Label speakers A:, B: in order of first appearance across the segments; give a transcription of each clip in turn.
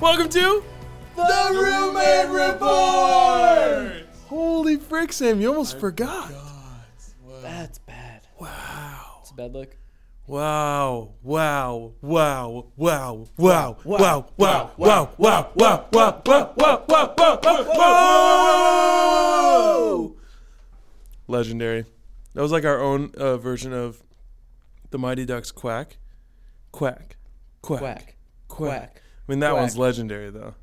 A: Welcome to
B: The Roommate Report!
A: Holy frick, Sam! You almost forgot.
B: That's bad.
A: Wow!
B: It's a bad look.
A: Wow! Wow! Wow! Wow! Wow! Wow! Wow! Wow!
B: wow,
A: Wow! Wow! Wow! Wow! Wow! Wow! Wow! Wow! Legendary. That was like our own uh, version of the Mighty Ducks quack, quack, quack,
B: Quack.
A: quack.
B: Quack.
A: I mean, that
B: Quack.
A: one's legendary though.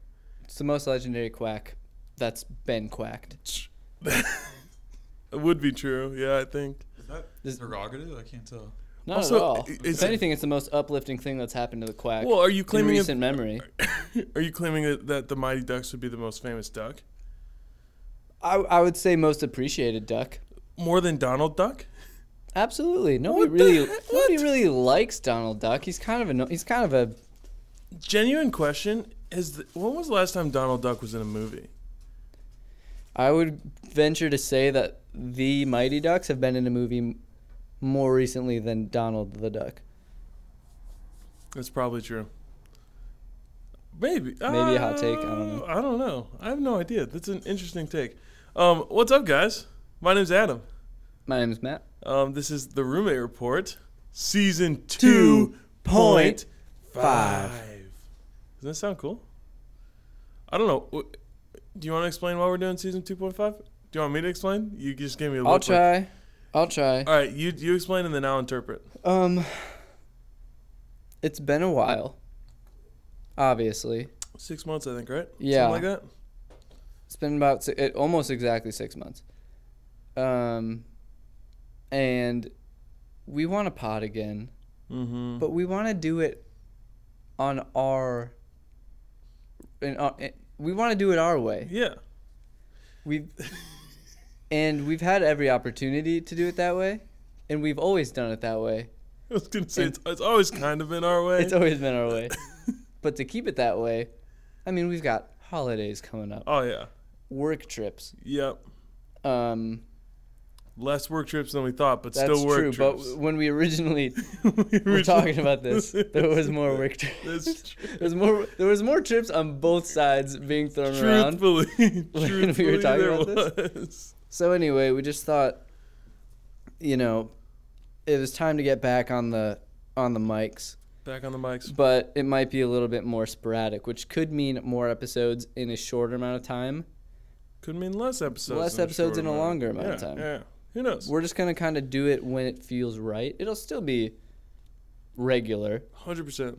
B: It's the most legendary quack that's been quacked.
A: It would be true. Yeah, I think.
C: Is that
B: Is-
C: derogative? I can't tell.
B: Not
A: Also,
B: at all.
A: i- it's-
B: If anything, it's the most uplifting thing that's happened to the quack
A: Well, are you
B: in
A: claiming it-
B: recent memory.
A: Are you claiming that, that the Mighty Ducks would be the most famous duck?
B: I, I would say most appreciated duck.
A: More than Donald Duck?
B: Absolutely. Nobody
A: What the
B: really
A: heck?
B: nobody
A: What?
B: really likes Donald Duck. He's kind of a no- he's kind of a
A: Genuine question is the, when was the last time Donald Duck was in a movie?
B: I would venture to say that the Mighty Ducks have been in a movie m- more recently than Donald the Duck.
A: That's probably true. Maybe. uh,
B: Maybe a hot take, I don't know.
A: I don't know. I have no idea. That's an interesting take. Um, what's up, guys? My name's Adam.
B: My name is Matt.
A: Um, this is the Roommate Report, Season
B: Two
A: Two
B: point
A: Five. Doesn't that sound cool? I don't know. Wh- Do you want to explain why we're doing Season Two point five? Do you want me to explain? You just gave me a
B: I'll
A: look like-
B: try. I'll try.
A: All right, you you explain and then I'll interpret.
B: Um, it's been a while. Obviously,
A: Six months, I think, right?
B: Yeah.
A: Something like that.
B: it's been about si- it, almost exactly six months. Um, and we want to pod again,
A: Mm-hmm.
B: but we want to do it on our. In our eh, we want to do it our way.
A: Yeah.
B: We've and we've had every opportunity to do it that way, and we've always done it that way.
A: I was gonna say
B: And-
A: it's, it's always kind of been our way.
B: It's always been our way. but to keep it that way, I mean, we've got holidays coming up,
A: oh yeah.
B: work trips.
A: Yep.
B: Um,
A: Less work trips than we thought, but
B: that's
A: still work
B: true.
A: trips.
B: But when we originally
A: we
B: were talking about this, there was more work trips.
A: That's true.
B: There was more. There was more trips on both sides being thrown around.
A: Truthfully,
B: were
A: truthfully,
B: talking
A: there
B: about
A: was.
B: So anyway, we just thought, you know, it was time to get back on the on the mics.
A: Back on the mics.
B: but it might be a little bit more sporadic, which could mean more episodes in a shorter amount of time.
A: Could mean less episodes.
B: Less
A: in a
B: episodes
A: shorter
B: in a
A: amount.
B: longer amount of
A: Yeah,
B: time.
A: Yeah. Who knows?
B: We're just gonna kind of do it when it feels right. It'll still be regular,
A: Hundred percent.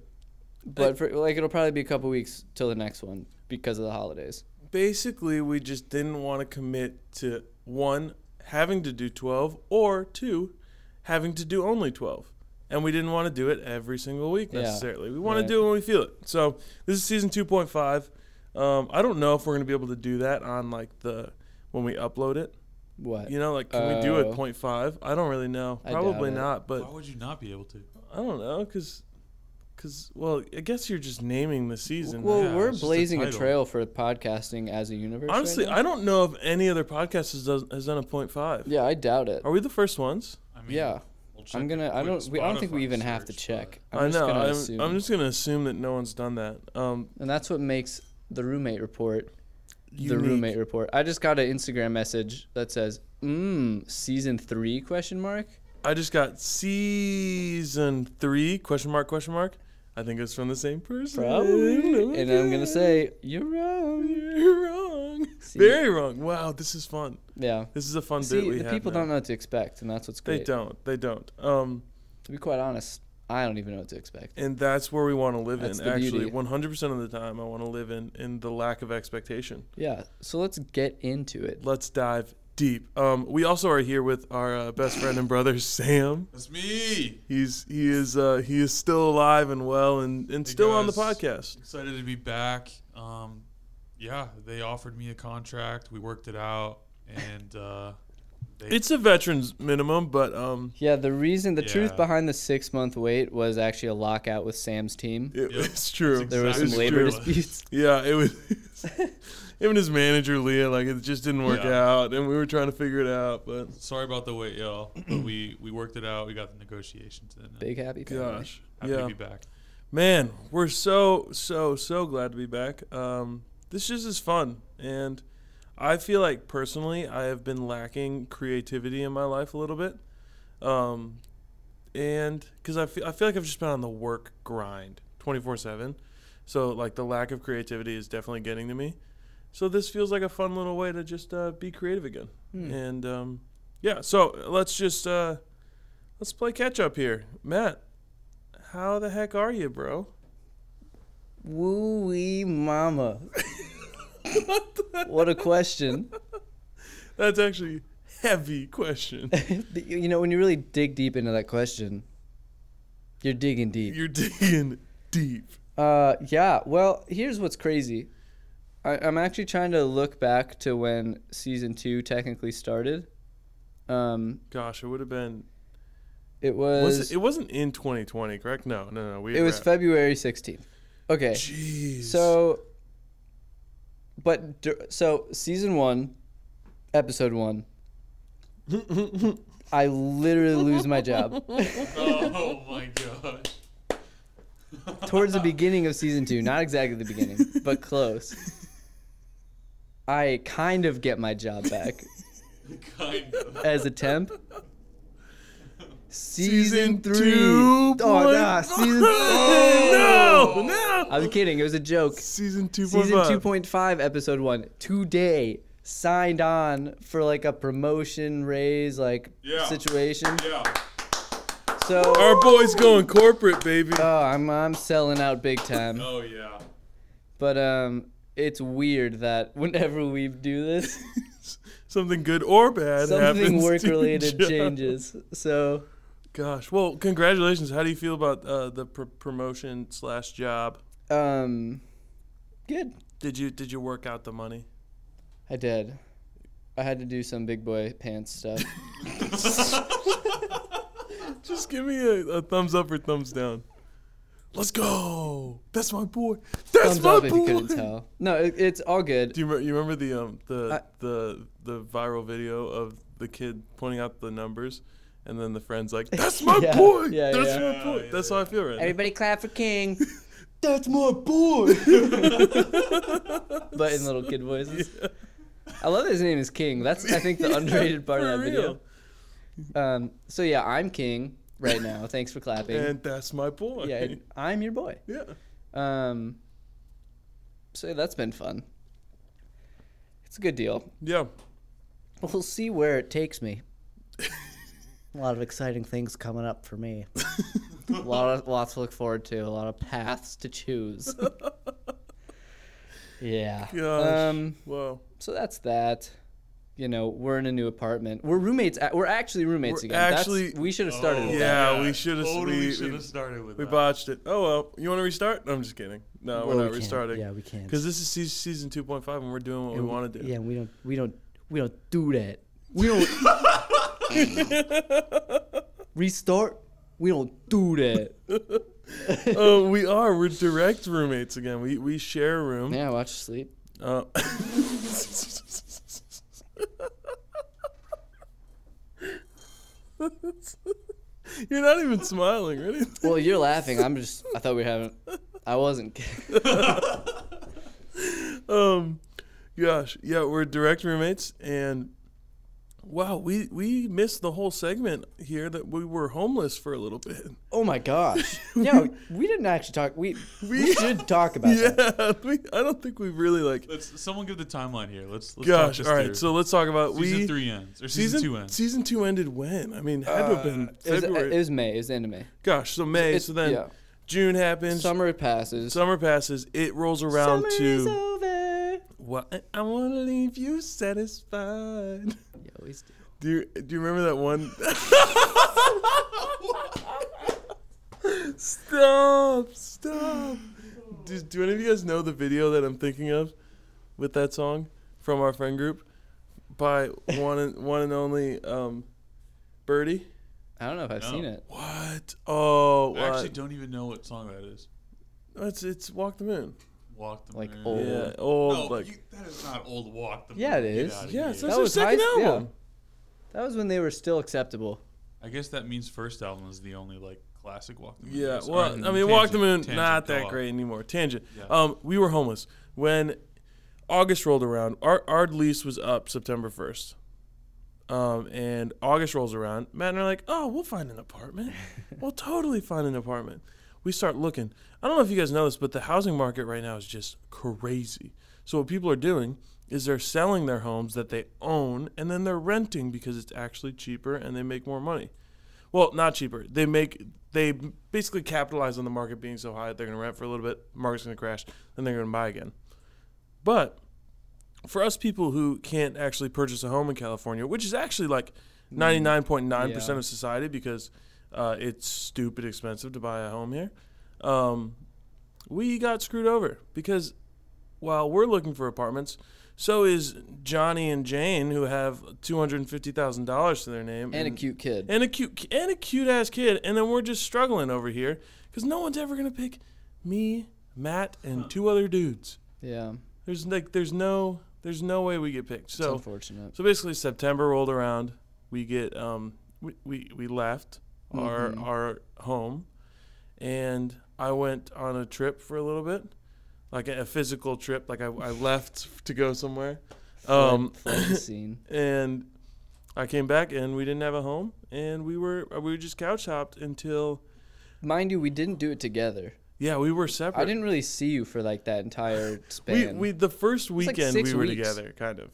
B: but for, like it'll probably be a couple weeks till the next one because of the holidays.
A: Basically, we just didn't want to commit to one having to do twelve or two having to do only twelve. And we didn't want to do it every single week
B: Yeah,
A: necessarily. we want
B: right.
A: to do it when we feel it. So this is season two point five. Um, I don't know if we're gonna be able to do that on like the when we upload it.
B: What?
A: You know, like can we do
B: Oh.
A: a point five? I don't really know.
B: I doubt
A: Probably
B: it.
A: not, but
C: Why would you not be able to?
A: I don't know, cause, cause well, I guess you're just naming the season.
B: well,
C: Yeah,
B: we're
C: it's just a
B: blazing a,
C: title.
B: trail for podcasting as a universe. right
A: Honestly,
B: now.
A: I don't know if any other podcast has done, has done a point five.
B: yeah, I doubt it.
A: Are we the first ones?
C: I mean,
B: Yeah,
C: we'll check
B: I'm gonna.
C: a
B: I
C: quick
B: don't. We, I don't think we
C: Spotify
B: even have to
C: search,
B: check. I'm
A: i
B: just
A: know.
B: gonna
A: I'm,
B: assume.
A: I'm just gonna assume that no one's done that. Um,
B: and that's what makes the roommate report the
A: unique.
B: roommate report. I just got an Instagram message that says, "Mmm, season three?" Question mark.
A: I just got season three question mark question mark. I think it's from the same person.
B: And I'm gonna say you're wrong.
A: You're wrong.
B: See-
A: Very wrong. Wow, this is fun.
B: Yeah.
A: This is a fun bit
B: See,
A: we
B: the
A: have
B: people
A: now.
B: don't know what to expect, and that's what's
A: They
B: great.
A: don't. They don't. Um,
B: To be quite honest, I don't even know what to expect.
A: and that's where we want to live
B: That's
A: in.
B: the
A: Actually,
B: beauty.
A: 100% of the time, I want to live in in the lack of expectation.
B: Yeah. So let's get into it.
A: Let's dive deep. Um, we also are here with our uh, best friend and brother Sam.
C: That's me.
A: He's he is uh, he is still alive and well and, and
C: Hey,
A: still on the
C: guys.
A: podcast.
C: Excited to be back. Um, yeah, they offered me a contract. We worked it out, and uh, they,
A: It's a veterans minimum, but um,
B: Yeah. The reason, the truth
C: Yeah.
B: behind the six month wait was actually a lockout with Sam's team.
A: it,
C: Yep.
A: it's true.
B: There was some
C: exactly
A: It's
C: what
B: labor
C: it
A: true.
C: was.
B: disputes.
A: Yeah, it was. him and his manager Leah, like it just didn't work
C: Yeah.
A: out, and we were trying to figure it out, but
C: sorry about the wait, y'all, but we we worked it out. We got the negotiations in. and
B: Big happy family.
A: gosh,
C: Happy
A: yeah.
C: to be back.
A: man, we're so so so glad to be back. Um, this just is fun, and I feel like personally I have been lacking creativity in my life a little bit, um, and because I feel I feel like I've just been on the work grind twenty four seven, so like the lack of creativity is definitely getting to me. So this feels like a fun little way to just uh, be creative again,
B: Hmm.
A: and um, yeah. So let's just uh, let's play catch up here, Matt. How the heck are you, bro?
B: Woo wee mama. what a question.
A: That's actually heavy question.
B: you know, when you really dig deep into that question, you're digging deep.
A: You're digging deep.
B: Uh, yeah. Well, here's what's crazy. I, I'm actually trying to look back to when season two technically started. Um,
A: Gosh, it would have been.
B: it was,
A: Was it, it wasn't in 2020, correct? No, no, no. We
B: it, was
A: wrapped.
B: February 16th. Okay.
A: Jeez.
B: So, but dur- so season one, episode one, I literally lose my job
C: Oh my gosh.
B: towards the beginning of season two. Not exactly the beginning, but close. I kind of get my job back.
C: Kind of.
B: as a temp.
A: Season
B: Season three.
A: two
B: oh,
A: point-
B: nah, season.
A: no, no.
B: I'm kidding. It was a joke.
A: season 2.5.
B: Season two point five, episode one. Today signed on for like a promotion raise, like
C: Yeah.
B: situation.
C: Yeah.
B: So,
A: Our boy's going corporate, baby.
B: oh, I'm I'm selling out big time.
C: Oh yeah.
B: But um, it's weird that whenever we do this,
A: something good or bad happens.
B: something
A: to
B: work related
A: Joe.
B: changes. So
A: Gosh. Well, congratulations. How do you feel about uh, the pr- promotion slash job?
B: um, good.
A: Did you did you work out the money?
B: I did. I had to do some big boy pants stuff.
A: Just give me a, a thumbs up or thumbs down. Let's go. That's my boy. That's
B: Thumbs
A: my
B: up
A: boy.
B: if you couldn't tell. No, it, it's all good.
A: Do you, re- you remember the um the
B: I-
A: the the viral video of the kid pointing out the numbers, and then the friend's like, "That's my
B: Yeah,
A: boy.
B: yeah,
A: That's
B: yeah.
A: my boy.
C: Yeah,
A: That's
C: yeah,
A: how I feel right
B: Everybody clap for King,
A: That's my boy.
B: but in little kid voices. I love that his name is King. That's I think the underrated part of that
A: for
B: video. Um, so yeah, I'm King right now. Thanks for clapping.
A: And that's my boy.
B: yeah, and I'm your boy.
A: yeah.
B: Um, so yeah, that's been fun. It's a good deal.
A: Yeah.
B: We'll see where it takes me. a lot of exciting things coming up for me. a lot of lots to look forward to. A lot of paths to choose. yeah.
A: Gosh.
B: Um.
A: Whoa.
B: So that's that. You know, we're in a new apartment. We're roommates. At, we're actually roommates
A: We're
B: again. That's-
A: actually-
B: we should have started.
C: Oh,
B: with that.
A: Yeah, we should've- we-
C: Totally
A: we-
C: should have started with
A: We
C: that.
A: botched it. Oh well. You want to restart? I'm just kidding. No,
B: Well,
A: we're
B: we
A: not
B: can't.
A: restarting.
B: Yeah, we can't.
A: Because this is se- season 2.5, and we're doing what we want to do.
B: Yeah, we don't. We don't. We don't do that. We don't restart. We don't do that.
A: Oh, we are. We're direct roommates again. We we share a room.
B: Yeah, watch sleep.
A: Uh, You're not even smiling, really.
B: Well, you're laughing. I'm just. I thought we haven't. I wasn't.
A: Um, gosh, yeah, we're direct roommates, and wow, we we missed the whole segment here that we were homeless for a little bit.
B: Oh my gosh. No, we didn't actually talk. We we should talk about that.
A: Yeah, we, I don't think we really like.
C: Let's someone give the timeline here. Let's. let's talk
A: Gosh,
C: this
A: all right.
C: through.
A: So let's talk about
C: season
A: we
C: three ends or season,
A: season
C: two ends.
A: Season two ended when? I mean, had to have been
B: Uh, It was,
A: February.
B: it was May. It was the end of May.
A: Gosh, so May.
B: It's-
A: so then
B: yeah.
A: June happens. Summer,
B: Summer passes.
A: passes. It rolls around
B: Summer is
A: to
B: over.
A: what? I want to leave you satisfied.
B: You always do.
A: Do you do you remember that one? stop! Stop! Do, do any of you guys know the video that I'm thinking of with that song from our friend group by one and one and only um, Birdie?
B: I don't know if I've
C: No.
B: seen it.
A: What? Oh,
C: I actually
A: what?
C: don't even know what song that is.
A: it's it's Walk the Moon.
C: Walk the
B: Like
C: moon.
B: old.
A: Yeah, old
C: Oh. No,
A: like
C: you, that is not old. Walk the
B: Yeah,
C: moon.
B: it
C: Get
B: is.
C: outta
A: yeah.
C: here.
A: It's
B: That
A: their
B: was high
A: second
B: s- yeah.
A: album.
B: That was when they were still acceptable.
C: I guess that means first album is the only like classic Walk the Moon.
A: Yeah,
C: days. Or,
A: well, I mean, Walk the
C: Tangent-
A: Moon,
C: Tangent
A: not that
C: Co-op.
A: great anymore. Tangent.
C: Yeah.
A: Um, we were homeless when August rolled around. Our our lease was up September first, um, and August rolls around. Matt and I are like, "Oh, we'll find an apartment. we'll totally find an apartment." We start looking. I don't know if you guys know this, but the housing market right now is just crazy. So what people are doing is they're selling their homes that they own and then they're renting because it's actually cheaper and they make more money well not cheaper they make they basically capitalize on the market being so high they're going to rent for a little bit market's going to crash then they're going to buy again but for us people who can't actually purchase a home in california which is actually like 99.9%
D: Mm. Yeah.
A: of society because uh, it's stupid expensive to buy a home here um, we got screwed over because while we're looking for apartments so is johnny and jane who have $250000 to their name
D: and a cute kid.
A: and a cute and a cute ass kid, and then we're just struggling over here because no one's ever gonna pick me, Matt, and two other dudes.
D: yeah,
A: There's like there's no there's no way we get picked.
D: it's
A: So
D: unfortunate.
A: so basically September rolled around, we get um we we, we left our
D: Mhm.
A: our home, and I went on a trip for a little bit, like a, a physical trip. Like I I left to go somewhere.
D: Flood-
A: Um,
D: flood the scene.
A: and I came back and we didn't have a home and we were uh, we were just couch hopped until
D: Mind you, we didn't do it together.
A: yeah we were separate.
D: I didn't really see you for like that entire
A: we
D: span.
A: we the first
D: like
A: weekend
D: six
A: we were
D: weeks.
A: together kind of.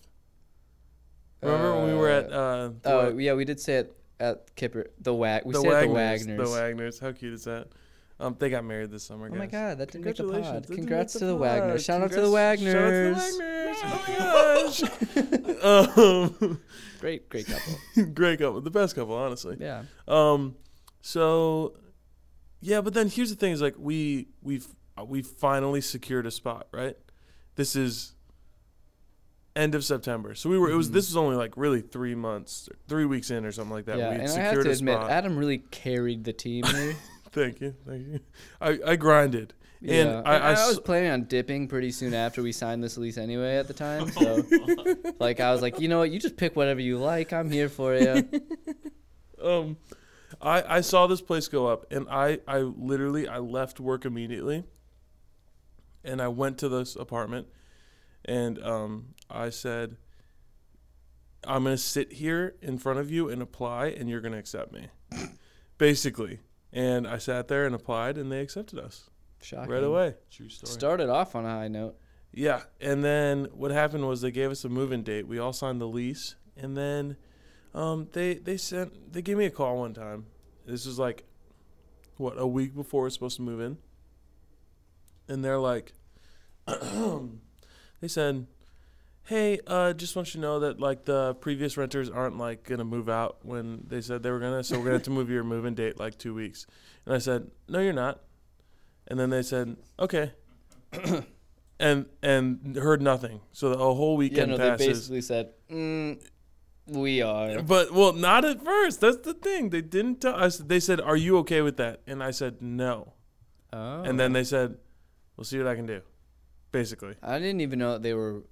A: Remember when we were at uh, the,
D: oh
A: Wa-
D: yeah, we did say it at Kipper the Wag. We
A: the
D: stayed at the
A: Wagners,
D: Wagners.
A: The Wagners, how cute is that? Um, they got married this summer.
D: Oh my
A: guys.
D: god, that didn't make the pod.
A: Congratulations, that didn't
D: Congrats
A: make
D: to the Wagners.
A: pod.
D: Shout out to the
A: Congrats-
D: Wagners.
A: shout out to the Wagners. Oh my gosh.
D: Great, great couple.
A: um, great couple, the best couple, honestly.
D: yeah.
A: Um, so yeah, but then here's the thing: is like we we've uh, we finally secured a spot, right? This is end of September, so we were. It was
D: Mhm.
A: this was only like really three months, three weeks in, or something like that.
D: yeah,
A: we
D: and I have to
A: a
D: admit,
A: spot.
D: Adam really carried the team here.
A: thank you, thank you. I I grinded.
D: yeah.
A: And I- I
D: was
A: s-
D: planning on dipping pretty soon after we signed this lease anyway at the time. So, like, I was like, you know what? You just pick whatever you like. I'm here for you.
A: Um, I I saw this place go up, and I I literally I left work immediately, and I went to this apartment, and um I said, I'm gonna sit here in front of you and apply, and you're gonna accept me, basically. And I sat there and applied, and they accepted us
D: Shocking.
A: right away.
C: True story.
D: Started off on a high note.
A: Yeah, and then what happened was they gave us a move-in date. We all signed the lease, and then um, they they sent they gave me a call one time. This was like what a week before we're supposed to move in, and they're like, they said, "Hey, uh, just want you to know that like the previous renters aren't like gonna move out when they said they were gonna, so we're gonna have to move your move-in date like two weeks." And I said, "No, you're not." And then they said, "Okay." And and heard nothing. So the a whole
D: Yeah,
A: weekend
D: no, they
A: passes.
D: basically said, mm, we are.
A: But well, not at first. That's the thing. They didn't tell us. They said, "Are you okay with that?" And I said, "No."
D: Oh.
A: And then they said, "We'll see what I can do." Basically,
D: I didn't even know that they were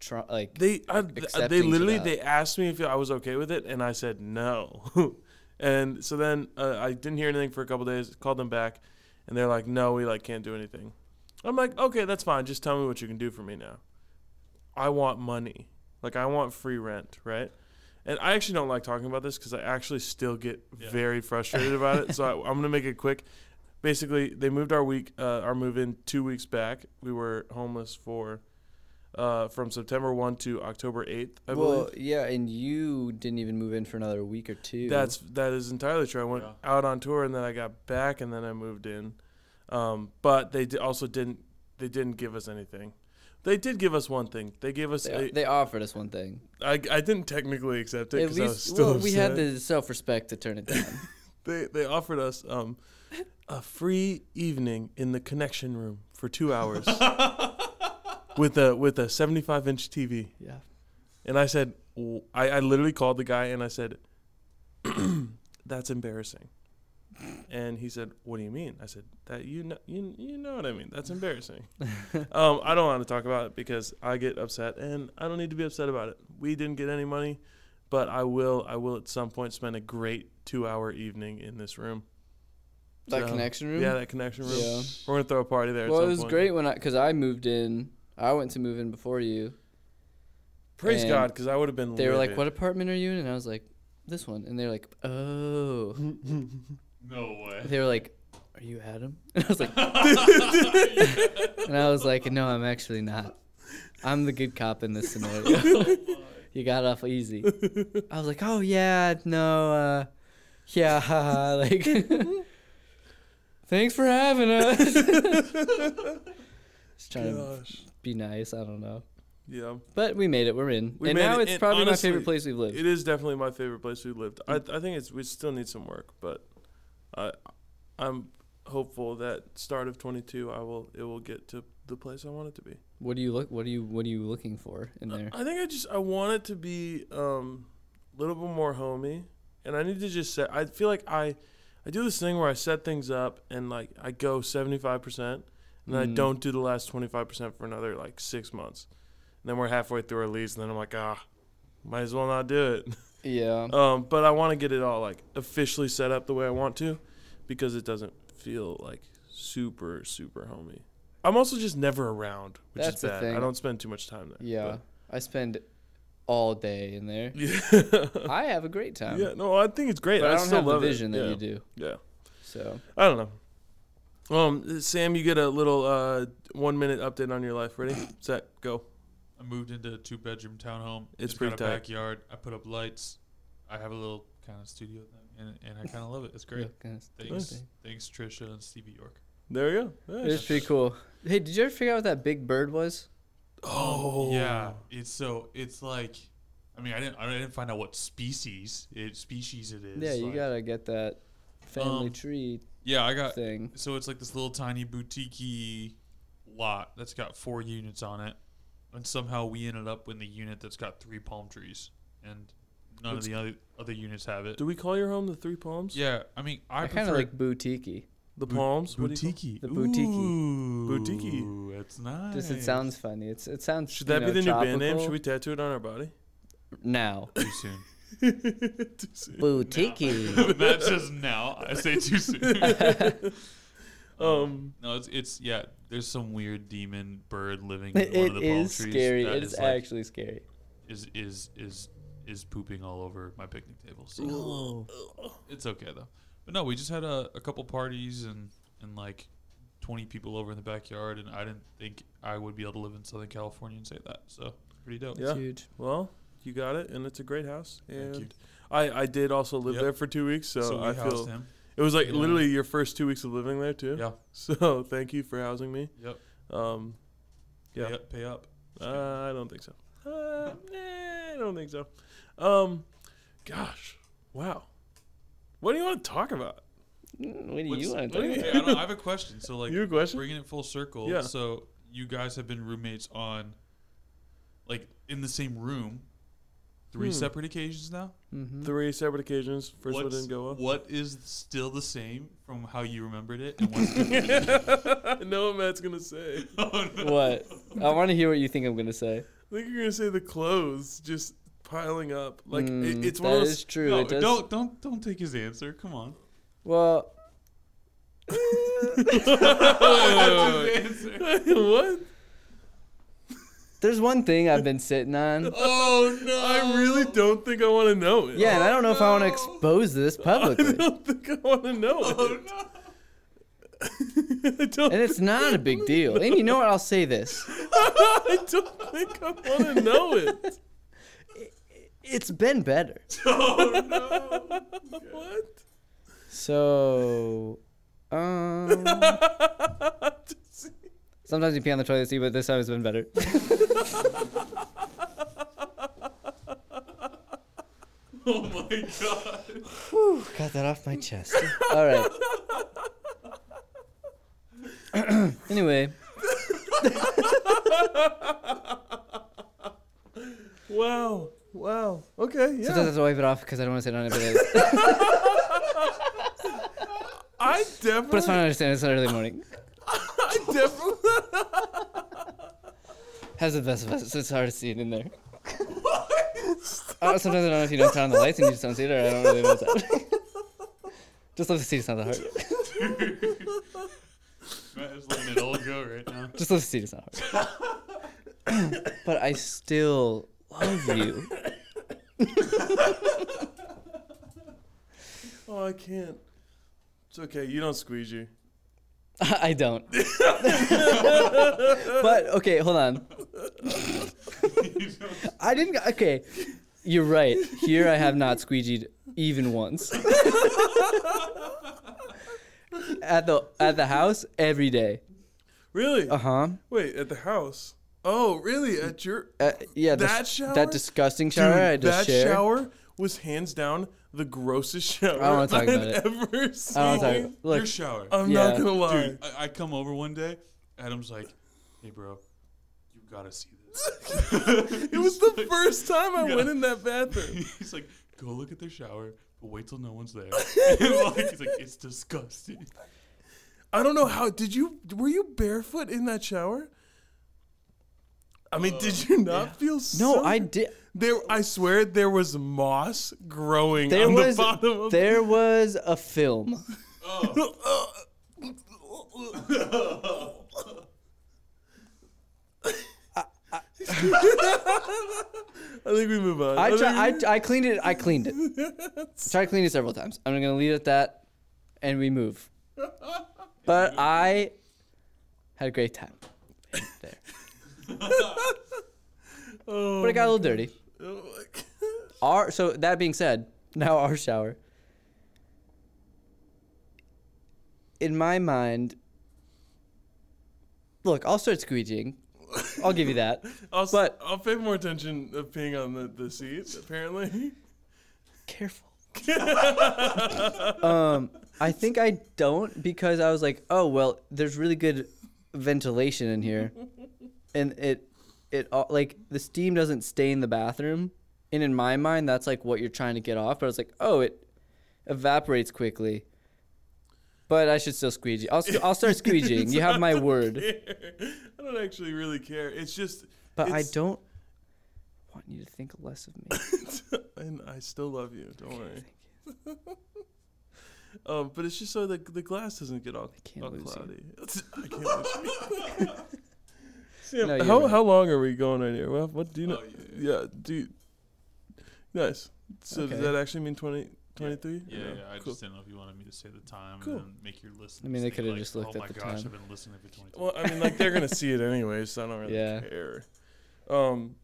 D: try- like
A: they I,
D: Accepting
A: they
D: to
A: literally
D: that.
A: they asked me if I was okay with it, and I said no. and so then uh, I didn't hear anything for a couple days. Called them back, and they're like, "No, we like can't do anything." I'm like, "Okay, that's fine. Just tell me what you can do for me now. I want money. Like I want free rent, right?" And I actually don't like talking about this because I actually still get
C: Yeah.
A: very frustrated about it. So I, I'm gonna make it quick. Basically, they moved our week, uh, our move in two weeks back. We were homeless for uh, from September 1 to October 8th, I
D: well,
A: believe.
D: yeah, and you didn't even move in for another week or two.
A: That's that is entirely true. I went
C: Yeah.
A: out on tour and then I got back and then I moved in. Um, but they di- also didn't they didn't give us anything. They did give us one thing. They gave us
D: they,
A: a
D: they offered us one thing.
A: I, I didn't technically accept it
D: At
A: because I was
D: least,
A: still
D: well, we had
A: upset.
D: the self-respect to turn it down.
A: they they offered us um, a free evening in the connection room for two hours with a with a seventy five inch TV.
D: yeah,
A: And I said, w- I, I literally called the guy and I said, that's embarrassing. And he said, "What do you mean?" I said, "That you know, you you know what I mean. That's embarrassing. um, I don't want to talk about it because I get upset, and I don't need to be upset about it. We didn't get any money, but I will. I will at some point spend a great two-hour evening in this room.
B: That
A: So,
B: connection room.
A: Yeah, that connection room.
B: Yeah.
A: We're gonna throw a party there. at
B: Well, it
A: some
B: was
A: point.
B: great when I, cause I moved in. I went to move in before you.
A: Praise
B: and
A: God, because I would have been.
B: They were like,
A: livid.
B: "What apartment are you in?" And I was like, "This one." And they're like, "Oh."
C: No way.
B: They were like, "Are you Adam?" And I was like, and I was like, "No, I'm actually not. I'm the good cop in this
A: Oh
B: scenario. you got off easy." I was like, "Oh yeah, no, uh, yeah, haha," like." Thanks for having us. Just trying to
A: Gosh.
B: be nice. I don't know,
A: Yeah.
B: but we made it. We're in,
A: We
B: and
A: made
B: now
A: it,
B: it's
A: and
B: probably
A: honestly,
B: my favorite place we've lived.
A: It is definitely my favorite place we've lived. I,
B: Mm-hmm.
A: I think it's we still need some work, but I I'm hopeful that start of 22 I will it will get to the place I want it to be.
B: What do you look? What do you? What are you looking for in there?
A: I think I just I want it to be um a little bit more homey, and I need to just set. I feel like I I do this thing where I set things up and like I go 75 percent, and then I
B: Mm.
A: don't do the last 25 percent for another like six months, and then we're halfway through our lease, and then I'm like ah. Might as well not do it.
B: Yeah.
A: Um, but I want to get it all like officially set up the way I want to, because it doesn't feel like super super homey. I'm also just never around, which
B: That's
A: is
B: the
A: bad. I
B: thing.
A: don't spend too much time there. but-
B: Yeah. I spend all day in there.
A: Yeah.
B: I have a great time.
A: yeah. No, I think it's great.
B: But I, don't
A: still
B: have the
A: love it.
B: vision that
A: yeah.
B: you do.
A: Yeah.
B: So
A: I don't know. Um, Sam, you get a little uh one minute update on your life. Ready, set, go.
C: I moved into a two bedroom townhome.
A: It's
C: It's
A: pretty
C: got a
A: tight.
C: backyard. I put up lights. I have a little kind of studio thing, and, and I kind of love it. It's great.
B: yeah, kinda s-
C: Thanks,
B: Nice.
C: thanks Trisha and Stevie York.
A: There you go.
B: it is
A: Nice.
B: pretty cool. Hey, did you ever figure out what that big bird was?
A: Oh
C: Yeah, it's so it's like, I mean, I didn't I didn't find out what species it species it is.
B: yeah, you
C: like-
B: gotta get that family
C: Um,
B: tree
C: Yeah, I got.
B: thing.
C: So it's like this little tiny boutique lot that's got four units on it, and somehow we ended up in the unit that's got three palm trees, and none
A: That's-
C: of the other other units have it.
A: Do we call your home the Three Palms?
C: Yeah, I mean, I,
B: I
C: prefer
B: kind of like boutiquey.
A: The Palms. What do you call-
C: Boutique.
B: The boutique-y.
A: Boutique-y.
C: That's nice.
B: Just it sounds funny. It's it sounds.
A: Should
B: you
A: that be
B: know,
A: the new band name?
B: tropical.
A: Should we tattoo it on our body?
B: now?
C: too soon.
D: Boutiquey.
C: That's just now. I say too soon.
A: Um,
C: no, it's it's yeah. There's some weird demon bird living in one of
B: it
C: the palm
B: is
C: trees.
B: scary.
C: that
B: It is
C: is, like,
B: actually scary.
C: is is is is pooping all over my picnic table. So it's okay though. But no, we just had a, a couple parties and and like twenty people over in the backyard, and I didn't think I would be able to live in Southern California and say that. So pretty dope.
A: Yeah.
B: It's huge.
A: well, you got it, and it's a great house.
C: Thank you.
A: And I, I did also live
C: Yep.
A: there for two weeks, so,
C: So we
A: I
C: housed
A: feel
C: him.
A: it was like
C: Yeah.
A: literally your first two weeks of living there too.
C: Yeah.
A: So thank you for housing me.
C: Yep.
A: Um, Yeah.
C: Pay up. Pay up.
A: Uh, I don't think so. Uh, eh, I don't think so. Um, gosh, wow. What do you want to talk about?
B: Mm, What do
C: What's-
B: you want to
C: what do
B: do?
C: you- hey, I, don't, I have a question. So like
A: Your question?
C: bringing it full circle.
A: Yeah.
C: So you guys have been roommates on, like, in the same room, three
A: Hmm.
C: separate occasions now.
B: Mm-hmm.
A: Three separate occasions. First one
C: What's-
A: didn't go well.
C: What is still the same from how you remembered it? And what's
A: I know what Matt's gonna say.
C: oh, no.
B: What? I want to hear what you think I'm gonna say.
A: I think you're gonna say the clothes just piling up. Like
B: Mm,
A: it, it's one of
B: that
A: those.
B: is true.
C: No,
B: it does.
C: don't don't don't take his answer. Come on.
B: Well,
C: That's his answer.
A: what?
B: there's one thing I've been sitting on.
C: Oh no!
A: I really don't think I want to know it.
B: Yeah, and I don't know if I want to
C: no.
B: expose this
A: I
B: publicly.
A: don't think I want to know
C: Oh
A: it.
C: no!
A: I don't.
B: And it's not a big deal. And you know what? I'll say this.
A: I don't think I want to know it.
B: It's been better.
C: Oh no!
A: What?
B: So, um, sometimes you pee on the toilet seat, but this time it's been better.
C: Oh my god!
B: Got that off my chest. All right. anyway,
A: Wow. Wow. Okay. Yeah.
B: sometimes I have to wipe it off because I don't want to sit on it, but, it-
A: I
B: but it's fine. I
A: definitely.
B: understand. It's an early morning.
A: I definitely.
B: Has the best of us. so It's hard to see it in there. Oh, sometimes I don't know if you don't turn on the lights and you just don't see it, or I don't really know what's happening. just love to see it's not that hard.
C: Matt is letting it all go right now.
B: Just let us see this out. but I still love you.
A: Oh, I can't. It's okay. You don't squeegee.
B: I don't. but okay, hold on. I didn't. Okay, you're right. Here I have not squeegeed even once. at the at the house every day.
A: Really?
B: Uh huh.
A: Wait, at the house? Oh, really? At your
B: Uh, yeah, the
A: That
B: sh-
A: shower?
B: that disgusting shower I
A: Dude, that
B: just shared.
A: shower was hands down the grossest shower
B: I don't wanna
A: I
B: talk about
A: have
B: it.
A: ever seen.
B: I don't wanna talk-
C: Your
B: Look,
C: shower.
A: I'm not
B: Yeah.
A: gonna lie.
C: Dude, I, I come over one day. Adam's like, "Hey, bro, you gotta see this."
A: it was the first time I
C: Yeah.
A: went in that bathroom.
C: He's like, "Go look at the shower, but wait till no one's there." And, like, he's like, "It's disgusting."
A: I don't know how. Did you? Were you barefoot in that shower? I mean, did you not feel?
B: no,
A: so-
B: I did.
A: There, I swear, there was moss growing
B: There
A: on
B: was
A: the bottom of
B: there was a film.
A: I think we move on.
B: I,
A: think
B: try,
A: we-
B: I, I cleaned it. I cleaned it. Tried to clean it several times. I'm gonna leave it at that, and we move. But I had a great time. There. But it got a little dirty. Our so that being said, now our shower. In my mind, look, I'll start squeegeeing. I'll give you that.
A: I'll, s-
B: but-
A: I'll pay more attention of peeing on the, the seat. Apparently,
B: careful. um, I think I don't because I was like, oh well, there's really good ventilation in here, and it, it all, like the steam doesn't stain the bathroom, and in my mind that's like what you're trying to get off. But I was like, oh, it evaporates quickly. But I should still squeegee. I'll, st- I'll start squeegeeing. You have my word.
A: I don't actually really care. It's just,
B: But I
A: It's-
B: don't want you to think less of me.
A: and I still love you. Don't worry. Um, but it's just so the the glass doesn't get all,
B: can't
A: all
B: lose you.
A: cloudy. I can't lose you.
B: No, you're
A: how
B: right.
A: how long are we going right here? Well, what do you know?
C: Oh, yeah,
A: yeah. do you, nice. So
B: Okay.
A: does that actually mean 20, 23?
C: Yeah, yeah. I
A: cool.
C: just didn't know if you wanted me to say the time
A: Cool.
C: and then make your listeners.
B: I mean, they
C: think,
B: coulda
C: like,
B: just looked
C: oh
B: at
C: my
B: the
C: gosh,
B: time.
C: I've been listening for 20
A: Well, I mean, like they're gonna see it anyway, so I don't really
B: Yeah.
A: care. Um,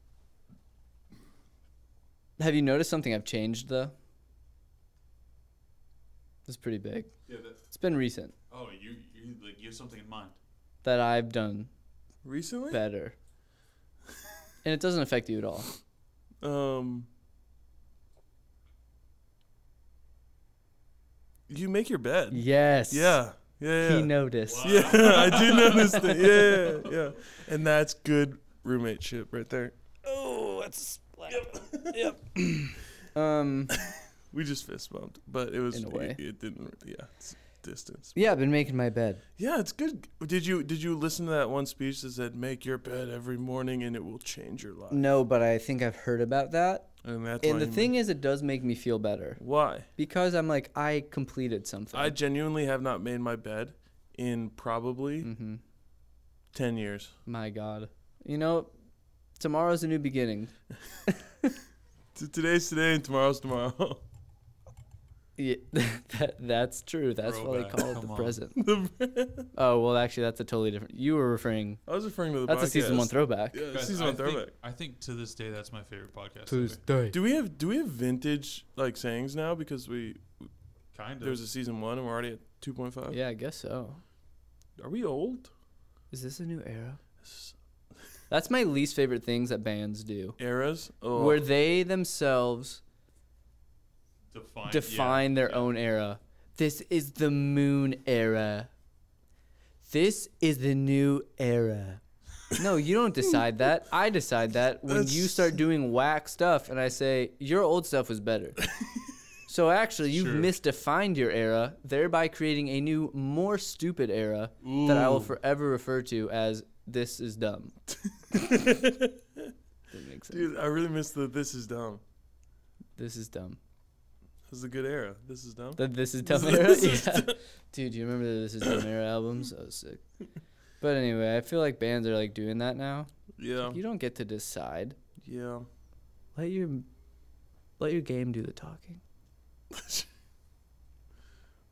B: Have you noticed something I've changed though? It's pretty big.
C: Yeah, that,
B: It's been recent
C: oh, you you like you have something in mind.
B: that I've done
A: recently,
B: better. and it doesn't affect you at all.
A: um, you make your bed.
B: Yes.
A: Yeah, yeah, yeah.
B: He noticed.
A: Yeah, I do notice that. Yeah, yeah, yeah. And that's good roommate ship right there.
B: Oh, that's Yep. um
A: We just fist bumped, but it was
B: In a way.
A: It, it didn't. Yeah, it's distance.
B: yeah, I've been making my bed.
A: Yeah, it's good. Did you did you listen to that one speech that said "Make your bed every morning and it will change your life"?
B: No, but I think I've heard about that.
A: And that's
B: And
A: why
B: the
A: you
B: thing
A: make-
B: is it does make me feel better
A: why
B: because I'm like I completed something.
A: I genuinely have not made my bed in probably
B: Mhm.
A: ten years.
B: My god. You know, tomorrow's a new beginning.
A: T- today's today and tomorrow's tomorrow.
B: Yeah, that, that's true. That's
C: Throwback.
B: what they call it, the
C: Come on.
B: present. oh well, actually, that's a totally different. You were referring.
A: I was referring to the
B: That's
A: podcast.
B: a season one throwback.
A: Yeah,
C: Guys,
A: season
C: I
A: one
C: think-
A: Uh, throwback.
C: I think to this day that's my favorite podcast. ever.
B: Tuesday.
A: Do we have do we have vintage like sayings now because we
C: Kind of.
A: There's a season one, and we're already at 2.5.
B: Yeah, I guess so.
A: Are we old?
B: Is this a new era? That's my least favorite things that bands do,
A: Eras? Oh,
B: where they themselves
C: define, yeah.
B: define their own era. This is the moon era. This is the new era. No, you don't decide that. I decide that when you
A: That's-
B: start doing whack stuff and I say, your old stuff was better. so actually, you've
C: Sure.
B: misdefined your era, thereby creating a new, more stupid era that I will
C: Ooh.
B: forever refer to as this is dumb. That makes sense.
A: dude, I really miss the This Is Dumb.
B: This is dumb.
A: This is a good era. This is dumb.
B: The This Is Dumb Era? Yeah. Dude, you remember the This Is Dumb Era albums? That was sick. But anyway, I feel like bands are like doing that now.
A: Yeah.
B: You don't get to decide.
A: Yeah.
B: Let your let your game do the talking.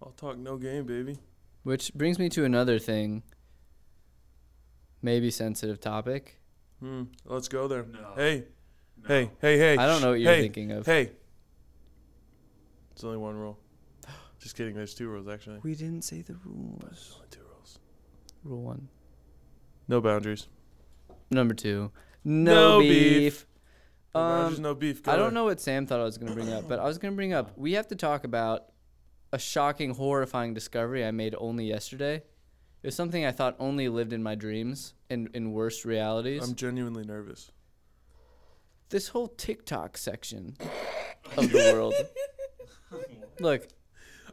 A: I'll talk no game, baby.
B: Which brings me to another thing. Maybe sensitive topic.
A: Hmm. Let's go there.
C: No.
A: Hey,
C: No.
A: hey, hey, hey.
B: I don't
A: shh,
B: know what you're
A: hey,
B: thinking of.
A: Hey. It's only one rule. Just kidding. There's two rules actually.
B: We didn't say the rules.
A: There's only two rules.
B: Rule one.
A: No boundaries.
B: Number two.
A: No
B: No, beef.
A: beef. No boundaries.
B: Um,
A: No beef. Go
B: I don't
A: there.
B: know what Sam thought I was going to bring up, but I was going to bring up we have to talk about a shocking, horrifying discovery I made only yesterday. It was something I thought only lived in my dreams and in worst realities.
A: I'm genuinely nervous.
B: this whole TikTok section of the world. Look,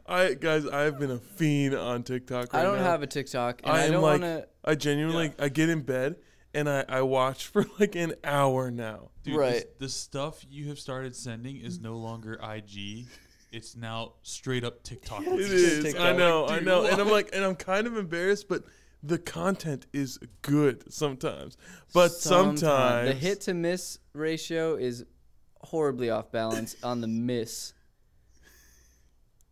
A: I guys, I've been a fiend on TikTok. Right
B: I don't
A: now.
B: have a TikTok, and
A: I
B: I,
A: am
B: don't
A: like-
B: want to.
A: I genuinely, I get in bed and I I watch for like an hour now.
C: Dude, This,
B: Right.
C: the stuff you have started sending is no longer IG. It's now straight up TikTok.
A: It is. I
B: TikTok.
A: know. I
C: Dude,
A: know. And I'm
C: why?
A: like, and I'm kind of embarrassed, but the content is good sometimes. But sometimes,
B: the hit to miss ratio is horribly off balance on the miss,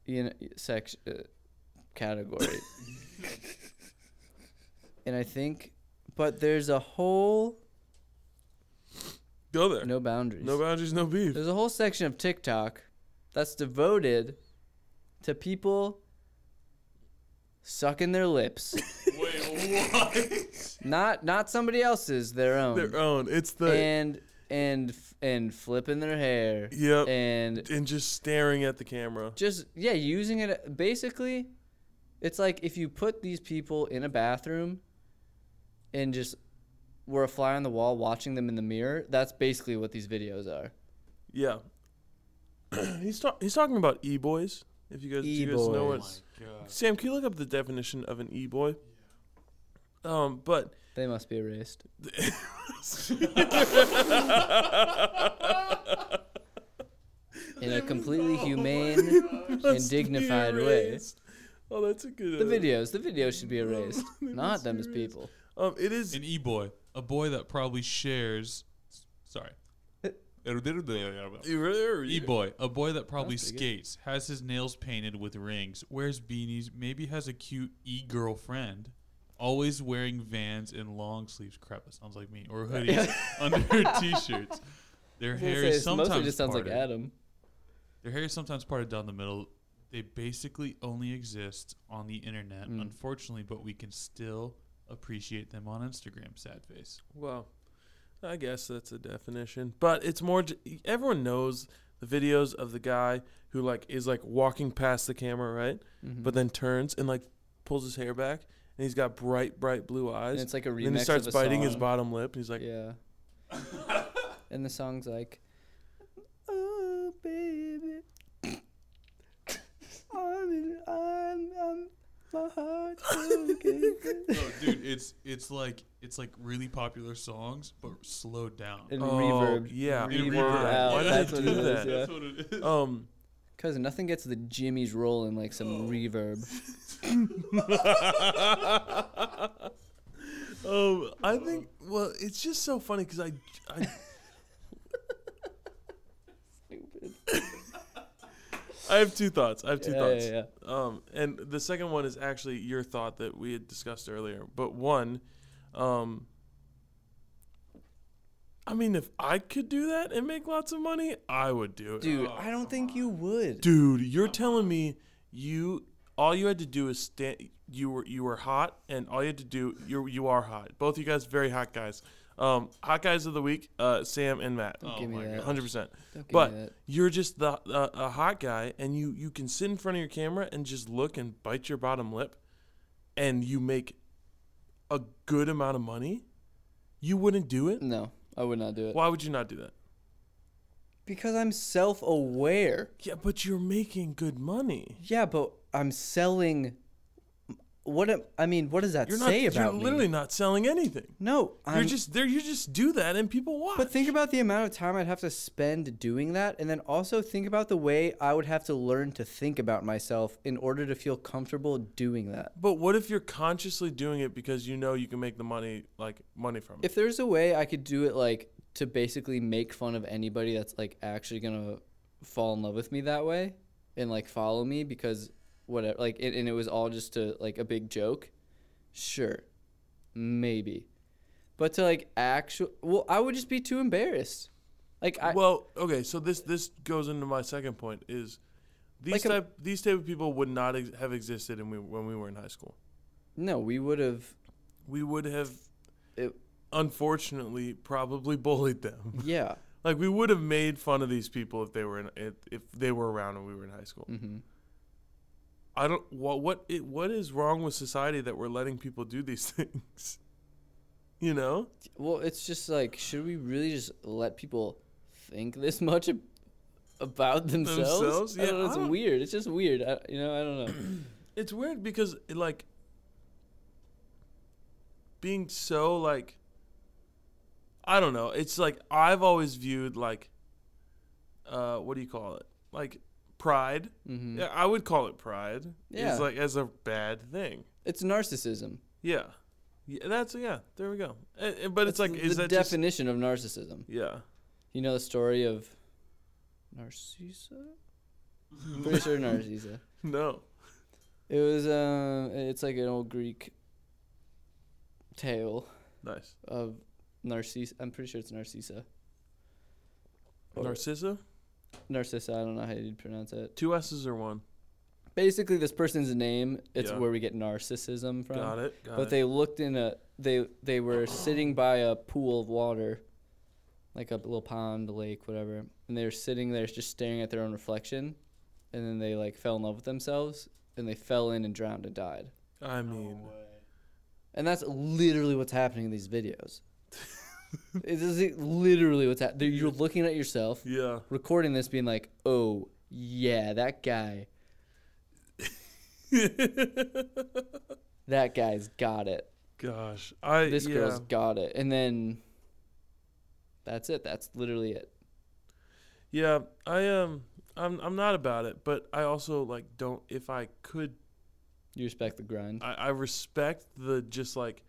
B: you know, section uh, category. and I think, but there's a whole
A: go there. No,
B: no boundaries.
A: boundaries, no beef.
B: There's a whole section of TikTok that's devoted to people sucking their lips.
C: Wait, what?
B: not not somebody else's, their own.
A: Their own. It's the
B: and and f- and flipping their hair.
A: yep, and,
B: And
A: just staring at the camera.
B: just yeah, using it basically it's like if you put these people in a bathroom and just were a fly on the wall watching them in the mirror, that's basically what these videos are.
A: Yeah. he's talk- He's talking about e boys. If you guys, do you guys know
C: oh my
A: what.
B: E-boys.
C: god.
A: Sam, can you look up the definition of an e boy? Um, but
B: They must be erased. in a
A: Oh
B: completely humane and
A: Let's be
B: dignified way.
A: erased. Oh, that's a good.
B: The
A: uh,
B: videos, the videos should be erased, not them as people.
A: Um, it is.
C: An e boy, a boy that probably shares. Sorry. E boy, a boy that probably
B: That's pretty
C: skates, has his nails painted with rings, wears beanies, maybe has a cute e girlfriend, always wearing vans and long sleeves. Crap, that sounds like me. Or hoodies under her t shirts.
B: I
C: Their
B: was gonna
C: hair
B: say,
C: is
B: it's mostly
C: sometimes
B: just sounds like
C: parted.
B: Adam.
C: Their hair is sometimes parted down the middle. They basically only exist on the internet,
B: Mm.
C: unfortunately, but we can still appreciate them on Instagram. Sad face.
A: Well, I guess that's a definition, but it's more. j- Everyone knows the videos of the guy who like is like walking past the camera, right?
B: Mhm.
A: But then turns and like pulls his hair back, and he's got bright, bright blue eyes.
B: and it's like a
A: and
B: remix.
A: then he starts
B: of a
A: biting
B: song.
A: his bottom lip, and he's like,
B: Yeah. and the song's like, Oh baby, I'm in, I'm, I'm, my heart's broken."
C: No, dude, it's it's like it's like really popular songs, but slowed down.
B: And
A: Oh,
B: reverb.
A: yeah.
C: It
B: Reverb
C: reverbed.
B: out.
A: Why did
B: That's
A: they
B: what
A: do
B: it is,
A: that?
B: yeah.
C: what it is.
A: um,
B: Cause nothing gets the jimmies rolling like some
A: Oh.
B: reverb.
A: um, I think. Well, it's just so funny because I, I,
B: Stupid.
A: I have two thoughts. I have two
B: Yeah,
A: thoughts.
B: yeah, yeah.
A: Um, and the second one is actually your thought that we had discussed earlier. But one, um, I mean, if I could do that and make lots of money, I would do it.
B: Dude, I don't think you would.
A: Dude, you're telling me you all you had to do is stand. You were you were hot, and all you had to do you you are hot. Both you guys very hot guys. Um, hot guys of the week, uh, Sam and Matt,
C: oh
B: give me
C: my
B: that.
C: god.
A: hundred percent.
B: Don't give me
A: But
B: that.
A: you're just the uh, a hot guy, and you you can sit in front of your camera and just look and bite your bottom lip, and you make a good amount of money. You wouldn't do it.
B: no, I would not do it.
A: Why would you not do that?
B: Because I'm self-aware.
A: Yeah, but you're making good money.
B: Yeah, but I'm selling what? Am, I mean, what does that
A: You're not.
B: say about
A: you're literally
B: me?
A: not selling anything.
B: No,
A: you're
B: I'm
A: just there. You just do that, and people watch.
B: But think about the amount of time I'd have to spend doing that, and then also think about the way I would have to learn to think about myself in order to feel comfortable doing that.
A: But what if you're consciously doing it because you know you can make the money, like money from it?
B: If there's a way I could do it, like to basically make fun of anybody that's like actually gonna fall in love with me that way and like follow me because whatever, like, it, and it was all just to like a big joke, sure, maybe. But to like actual, well, I would just be too embarrassed. Like, I,
A: well, okay. So this this goes into my second point is these
B: Like um, a-
A: type these type of people would not ex- have existed in we, when we were in high school.
B: no, we would have.
A: We would have,
B: It-
A: unfortunately, probably bullied them.
B: Yeah.
A: Like we would have made fun of these people if they were in, if, if they were around when we were in high school.
B: hmm
A: I don't what what it, what is wrong with society that we're letting people do these things. You know?
B: Well, it's just like, should we really just let people think this much ab- about themselves?
A: Themselves?
B: I don't
A: Yeah,
B: know,
A: I
B: it's
A: don't-
B: weird. It's just weird. I, you know, I don't know.
A: It's weird because it, like being so like I don't know. It's like I've always viewed like uh what do you call it? Like pride.
B: hmm
A: Yeah, I would call it pride.
B: Yeah.
A: It's like as a bad thing.
B: It's narcissism.
A: Yeah. Yeah, that's yeah. There we go. Eh, eh, but it's
B: That's
A: like,
B: the,
A: is
B: the
A: that just
B: definition of narcissism?
A: yeah?
B: You know the story of Narcissa? I'm pretty sure Narcissa.
A: No.
B: It was um, it's like an old Greek tale
A: Nice.
B: of Narcissa. I'm pretty sure it's Narcissa. Or-
A: Narcissa.
B: Narcissa. I don't know how you'd pronounce it.
A: Two S's or one.
B: basically this person's name it's
A: Yeah.
B: where we get narcissism from
A: Got it. Got
B: but they looked in a they they were sitting by a pool of water like a little pond lake whatever and they were sitting there just staring at their own reflection and then they like fell in love with themselves and they fell in and drowned and died
A: They, I mean,
B: and that's literally what's happening in these videos it is literally what's happening you're looking at yourself
A: yeah.
B: recording this being like oh yeah that guy that guy's got it
A: Gosh, I
B: this
A: yeah.
B: girl's got it and then that's it that's literally it
A: yeah. I um, I'm I'm not about it, but I also like don't. If I could,
B: you respect the grind
A: I, I respect the just like,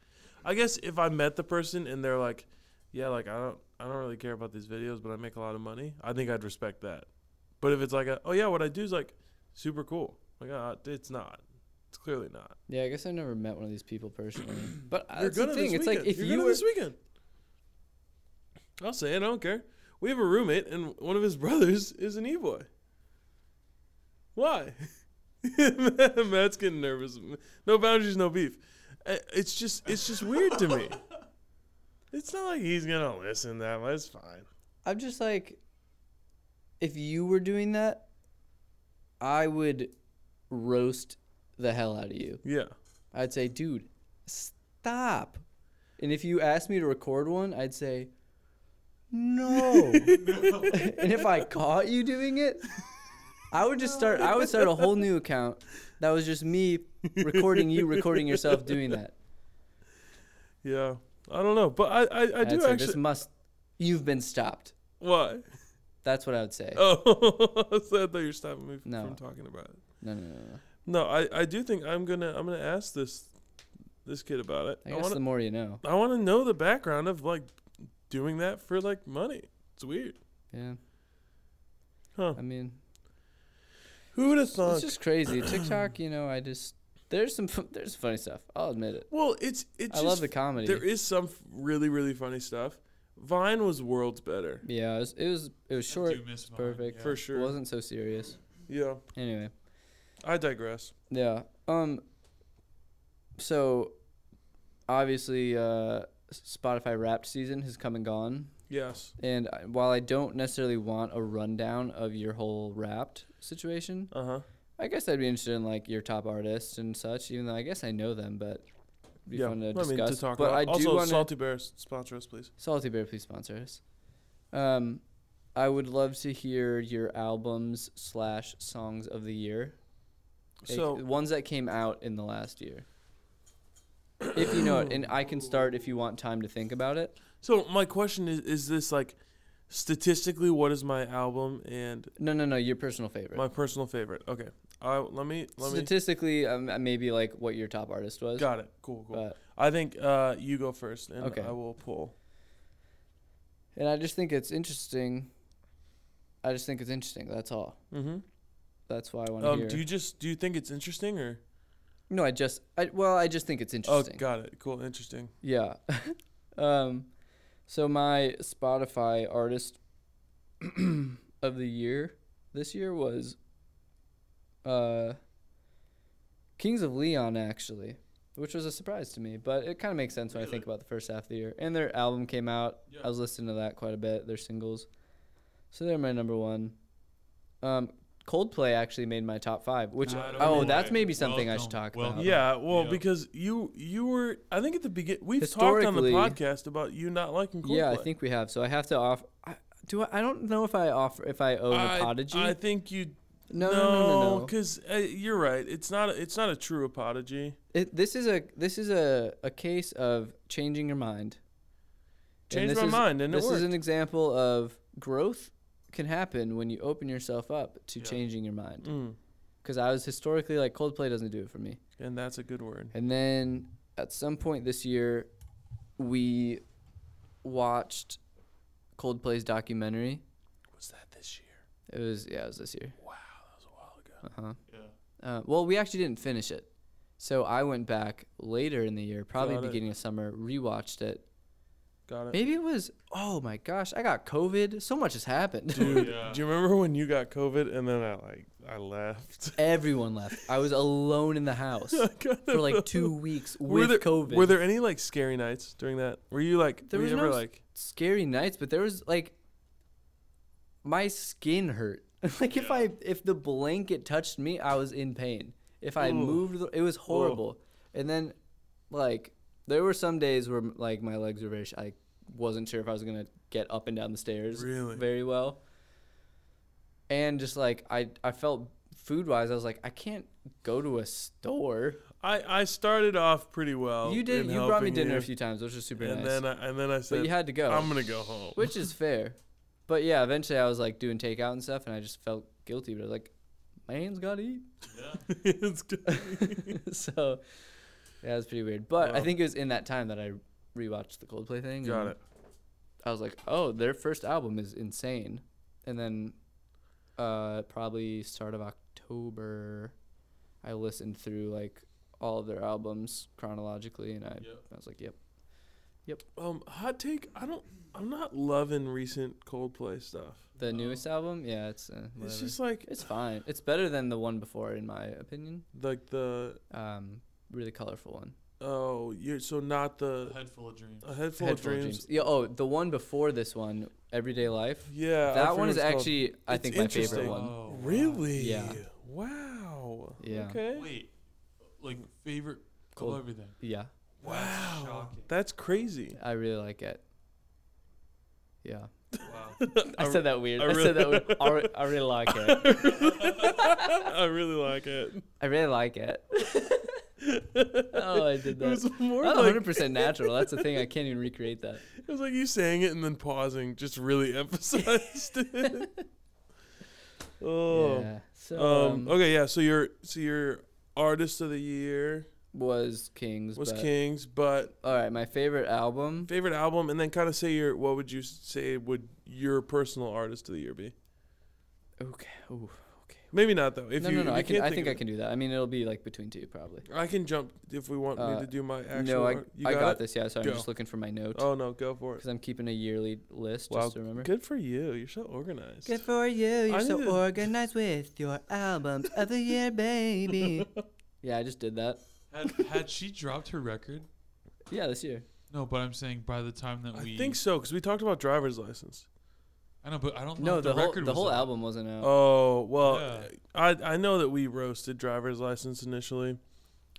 A: I guess if I met the person and they're like, yeah, like I don't I don't really care about these videos, but I make a lot of money. I think I'd respect that. But if it's like, a, oh yeah, what I do is like super cool. Like uh, it's not. It's clearly not.
B: yeah i guess i never met one of these people personally but uh,
A: You're
B: that's the
A: gonna
B: thing
A: this
B: it's like
A: weekend.
B: if
A: You're
B: you
A: gonna
B: were
A: this weekend. I'll say it. I don't care. We have a roommate, and one of his brothers is an e-boy. Why? Matt's getting nervous. No boundaries, no beef. Uh, It's just, it's just weird to me. It's not like he's gonna listen that much. It's fine.
B: i'm just like if you were doing that i would roast the hell out of you
A: Yeah.
B: i'd say dude stop and if you asked me to record one i'd say no and if I caught you doing it, I would just start. I would start a whole new account that was just me recording you recording yourself doing that.
A: Yeah. I don't know, but I, I, I
B: I'd
A: do
B: say,
A: actually.
B: This must. You've been stopped.
A: why?
B: That's what I would say.
A: Oh, so I thought you were stopping me
B: No.
A: from talking about it.
B: No, no, no, no.
A: No, I, I do think I'm gonna I'm gonna ask this this kid about it.
B: I
A: I,
B: guess
A: wanna
B: the more you know.
A: I wanna know the background of like doing that for like money. It's weird.
B: Yeah.
A: Huh.
B: I mean,
A: Who would have thought
B: it's just crazy. TikTok. You know, I just there's some fu- there's funny stuff. I'll admit it.
A: Well it's it's
B: I
A: just
B: love the comedy.
A: there is some f- really, really funny stuff. Vine was worlds better.
B: yeah, it was it was, it was short.
C: do miss mine,
B: perfect.
C: yeah.
A: For
B: It
A: sure.
B: wasn't so serious.
A: Yeah.
B: Anyway.
A: I digress.
B: Yeah. Um. So, obviously, uh, Spotify Wrapped season has come and gone,
A: Yes.
B: and I- while I don't necessarily want a rundown of your whole Wrapped situation,
A: Uh huh.
B: I guess I'd be interested in like your top artists and such. Even though I guess I know them, but it'd be
A: Yeah.
B: fun
A: I
B: to
A: mean,
B: discuss.
A: to talk
B: but
A: about.
B: I do
A: also,
B: want
A: Salty Bears sponsor us, please.
B: Salty Bear, please sponsor us. Um, I would love to hear your albums slash songs of the year, ac-
A: So
B: ones that came out in the last year. if you know it, and I can start if you want time to think about it.
A: So my question is: Is this like statistically what is my album and
B: No, no, no. Your personal favorite.
A: my personal favorite? Okay, I let me let me.
B: Statistically, um, maybe like what your top artist was.
A: Got it. Cool, cool.
B: But,
A: I think uh, you go first, and
B: Okay.
A: I will pull.
B: and I just think it's interesting. I just think it's interesting. That's all.
A: hmm
B: That's why I want to
A: Um,
B: Mm-hmm. hear.
A: do you just do you think it's interesting or?
B: no, I just. I, well, I just think it's
A: Oh,
B: interesting.
A: got it. Cool, interesting.
B: Yeah. um, so my Spotify artist of the year this year was uh, Kings of Leon, actually, which was a surprise to me, but it kind of makes sense when I think about the first half of the year. And their album came out. I was listening to that quite a bit, their singles. So they're my number one. Um, Coldplay actually made my top five, which,
C: Ah, no
B: oh,
C: way.
B: that's maybe something I
C: Welcome.
B: should talk
C: Well-
B: about.
A: Yeah, well,
C: Yeah.
A: because you you were I think at the begin we've talked on the
B: Historically-
A: podcast about you not liking Coldplay.
B: Yeah, I think we have. So I have to offer. I, do I, I don't know if I offer if I owe an
A: I,
B: apology.
A: I think you
B: no, no, no, no, no.
A: because uh, you're right. It's not a, it's not a true apology.
B: It, this is a this is a, a case of changing your mind. And
A: Changed
B: this
A: my
B: is-
A: mind and it
B: This
A: worked.
B: is an example of growth can happen when you open yourself up to
C: Yeah.
B: changing your mind.
A: Mm,
B: Because I was historically like Coldplay doesn't do it for me.
A: and that's a good word.
B: And then at some point this year, we watched Coldplay's documentary.
A: Was that this year?
B: It was yeah, it was this year.
A: Wow, that was a while ago.
B: Uh huh.
C: Yeah.
B: Uh, well, we actually didn't finish it. So I went back later in the year, probably
A: Got it.
B: beginning of summer, rewatched it.
A: Got it.
B: Maybe it was, oh my gosh, I got COVID. So much has happened.
A: Dude,
C: Yeah.
A: do you remember when you got COVID and then I like I left?
B: Everyone left. I was alone in the house for like two weeks
A: Were
B: with
A: there-
B: COVID.
A: Were there any like scary nights during that? Were you like
B: There
A: were
B: was
A: you ever
B: no s-
A: like
B: scary nights, but there was like, my skin hurt. like if
C: Yeah.
B: I if the blanket touched me, I was in pain. If I
A: Ooh.
B: moved, the- it was horrible. And then, like, there were some days where like my legs were very. Sh- I wasn't sure if I was gonna get up and down the stairs
A: Really?
B: very well. And just like I, I felt food wise, I was like, I can't go to a store.
A: I I started off pretty well.
B: you did.
A: in
B: You brought me
A: helping
B: dinner
A: you,
B: a few times, which was super
A: and
B: nice.
A: then I, and then I said
B: but you had to go
A: I'm gonna go home.
B: which is fair. But yeah, eventually I was like doing takeout and stuff, and I just felt guilty. But I was like, my hands gotta eat.
C: Yeah.
A: It's good.
B: so yeah, it was pretty weird. But I
A: Wow.
B: think it was in that time that I rewatched the Coldplay thing.
A: Got
B: and
A: it.
B: I was like, oh, their first album is insane. And then uh, probably start of October, I listened through like all of their albums chronologically, and I,
C: Yep.
B: I was like, yep.
A: Um, hot take. I don't. I'm not loving recent Coldplay stuff.
B: The newest
A: Oh.
B: album, yeah, it's uh,
A: It's
B: whatever.
A: just like
B: It's fine. It's better than the one before, in my opinion.
A: like the
B: Um, really colorful one.
A: oh you're so not
C: A
A: the
C: head full of dreams.
A: a head full
B: Head
A: of dreams.
B: Yeah. Oh, the one before this one, Everyday Life.
A: Yeah, I
B: that one is
A: forget what it's
B: actually, I
A: It's
B: think, my favorite
A: interesting. Oh.
B: one.
A: called.
C: Oh, wow.
A: really
B: Yeah.
A: wow
B: Yeah.
A: okay
C: Wait. Like favorite
B: Cold-
C: of everything.
B: Yeah,
A: wow
C: shocking.
A: that's crazy.
B: I really like it. Yeah,
C: Wow.
B: I said that weird.
A: I
B: I,
A: really-
B: said that weird. I, re- I really like it.
A: I really like it.
B: I really like it. oh, I did
A: It was
B: that.
A: more
B: That's
A: like
B: 100 percent natural. That's the thing. I can't even recreate that.
A: it was like you saying it and then pausing, just really emphasized it. oh.
B: Yeah. So
A: Um,
B: um,
A: okay, yeah. So your so your artist of the year
B: was Kings.
A: was
B: but-
A: Kings, but
B: All right, my favorite album.
A: favorite album, and then kind of say your what would you say would your personal artist of the year be?
B: Okay. Ooh.
A: Maybe not though. If
B: no,
A: you,
B: no, no.
A: if
B: I
A: you
B: can.
A: can't
B: I think I
A: of
B: can do that. I mean, it'll be like between two, probably.
A: it- I can jump if we want
B: Uh,
A: me to do my actual.
B: no, I,
A: art. You
B: I
A: got,
B: got
A: it?
B: this. Yeah, sorry. I'm
A: Go.
B: just looking for my note
A: Oh no, go for it.
B: because I'm keeping a yearly list
A: Wow,
B: just to remember.
A: Good for you. You're so organized.
B: for you.
A: you're so need to-
B: organized with your albums of the year, baby. yeah, I just did that.
C: had, had she dropped her record?
B: Yeah, this year.
C: No, but I'm saying by the time that
A: I
C: we
A: think so because we talked about driver's license.
C: I know, but I don't know.
B: No,
C: if
B: the, whole
C: record
B: the
C: was
B: whole
C: out.
B: album wasn't out.
A: Oh well,
C: Yeah.
A: I I know that we roasted driver's license initially.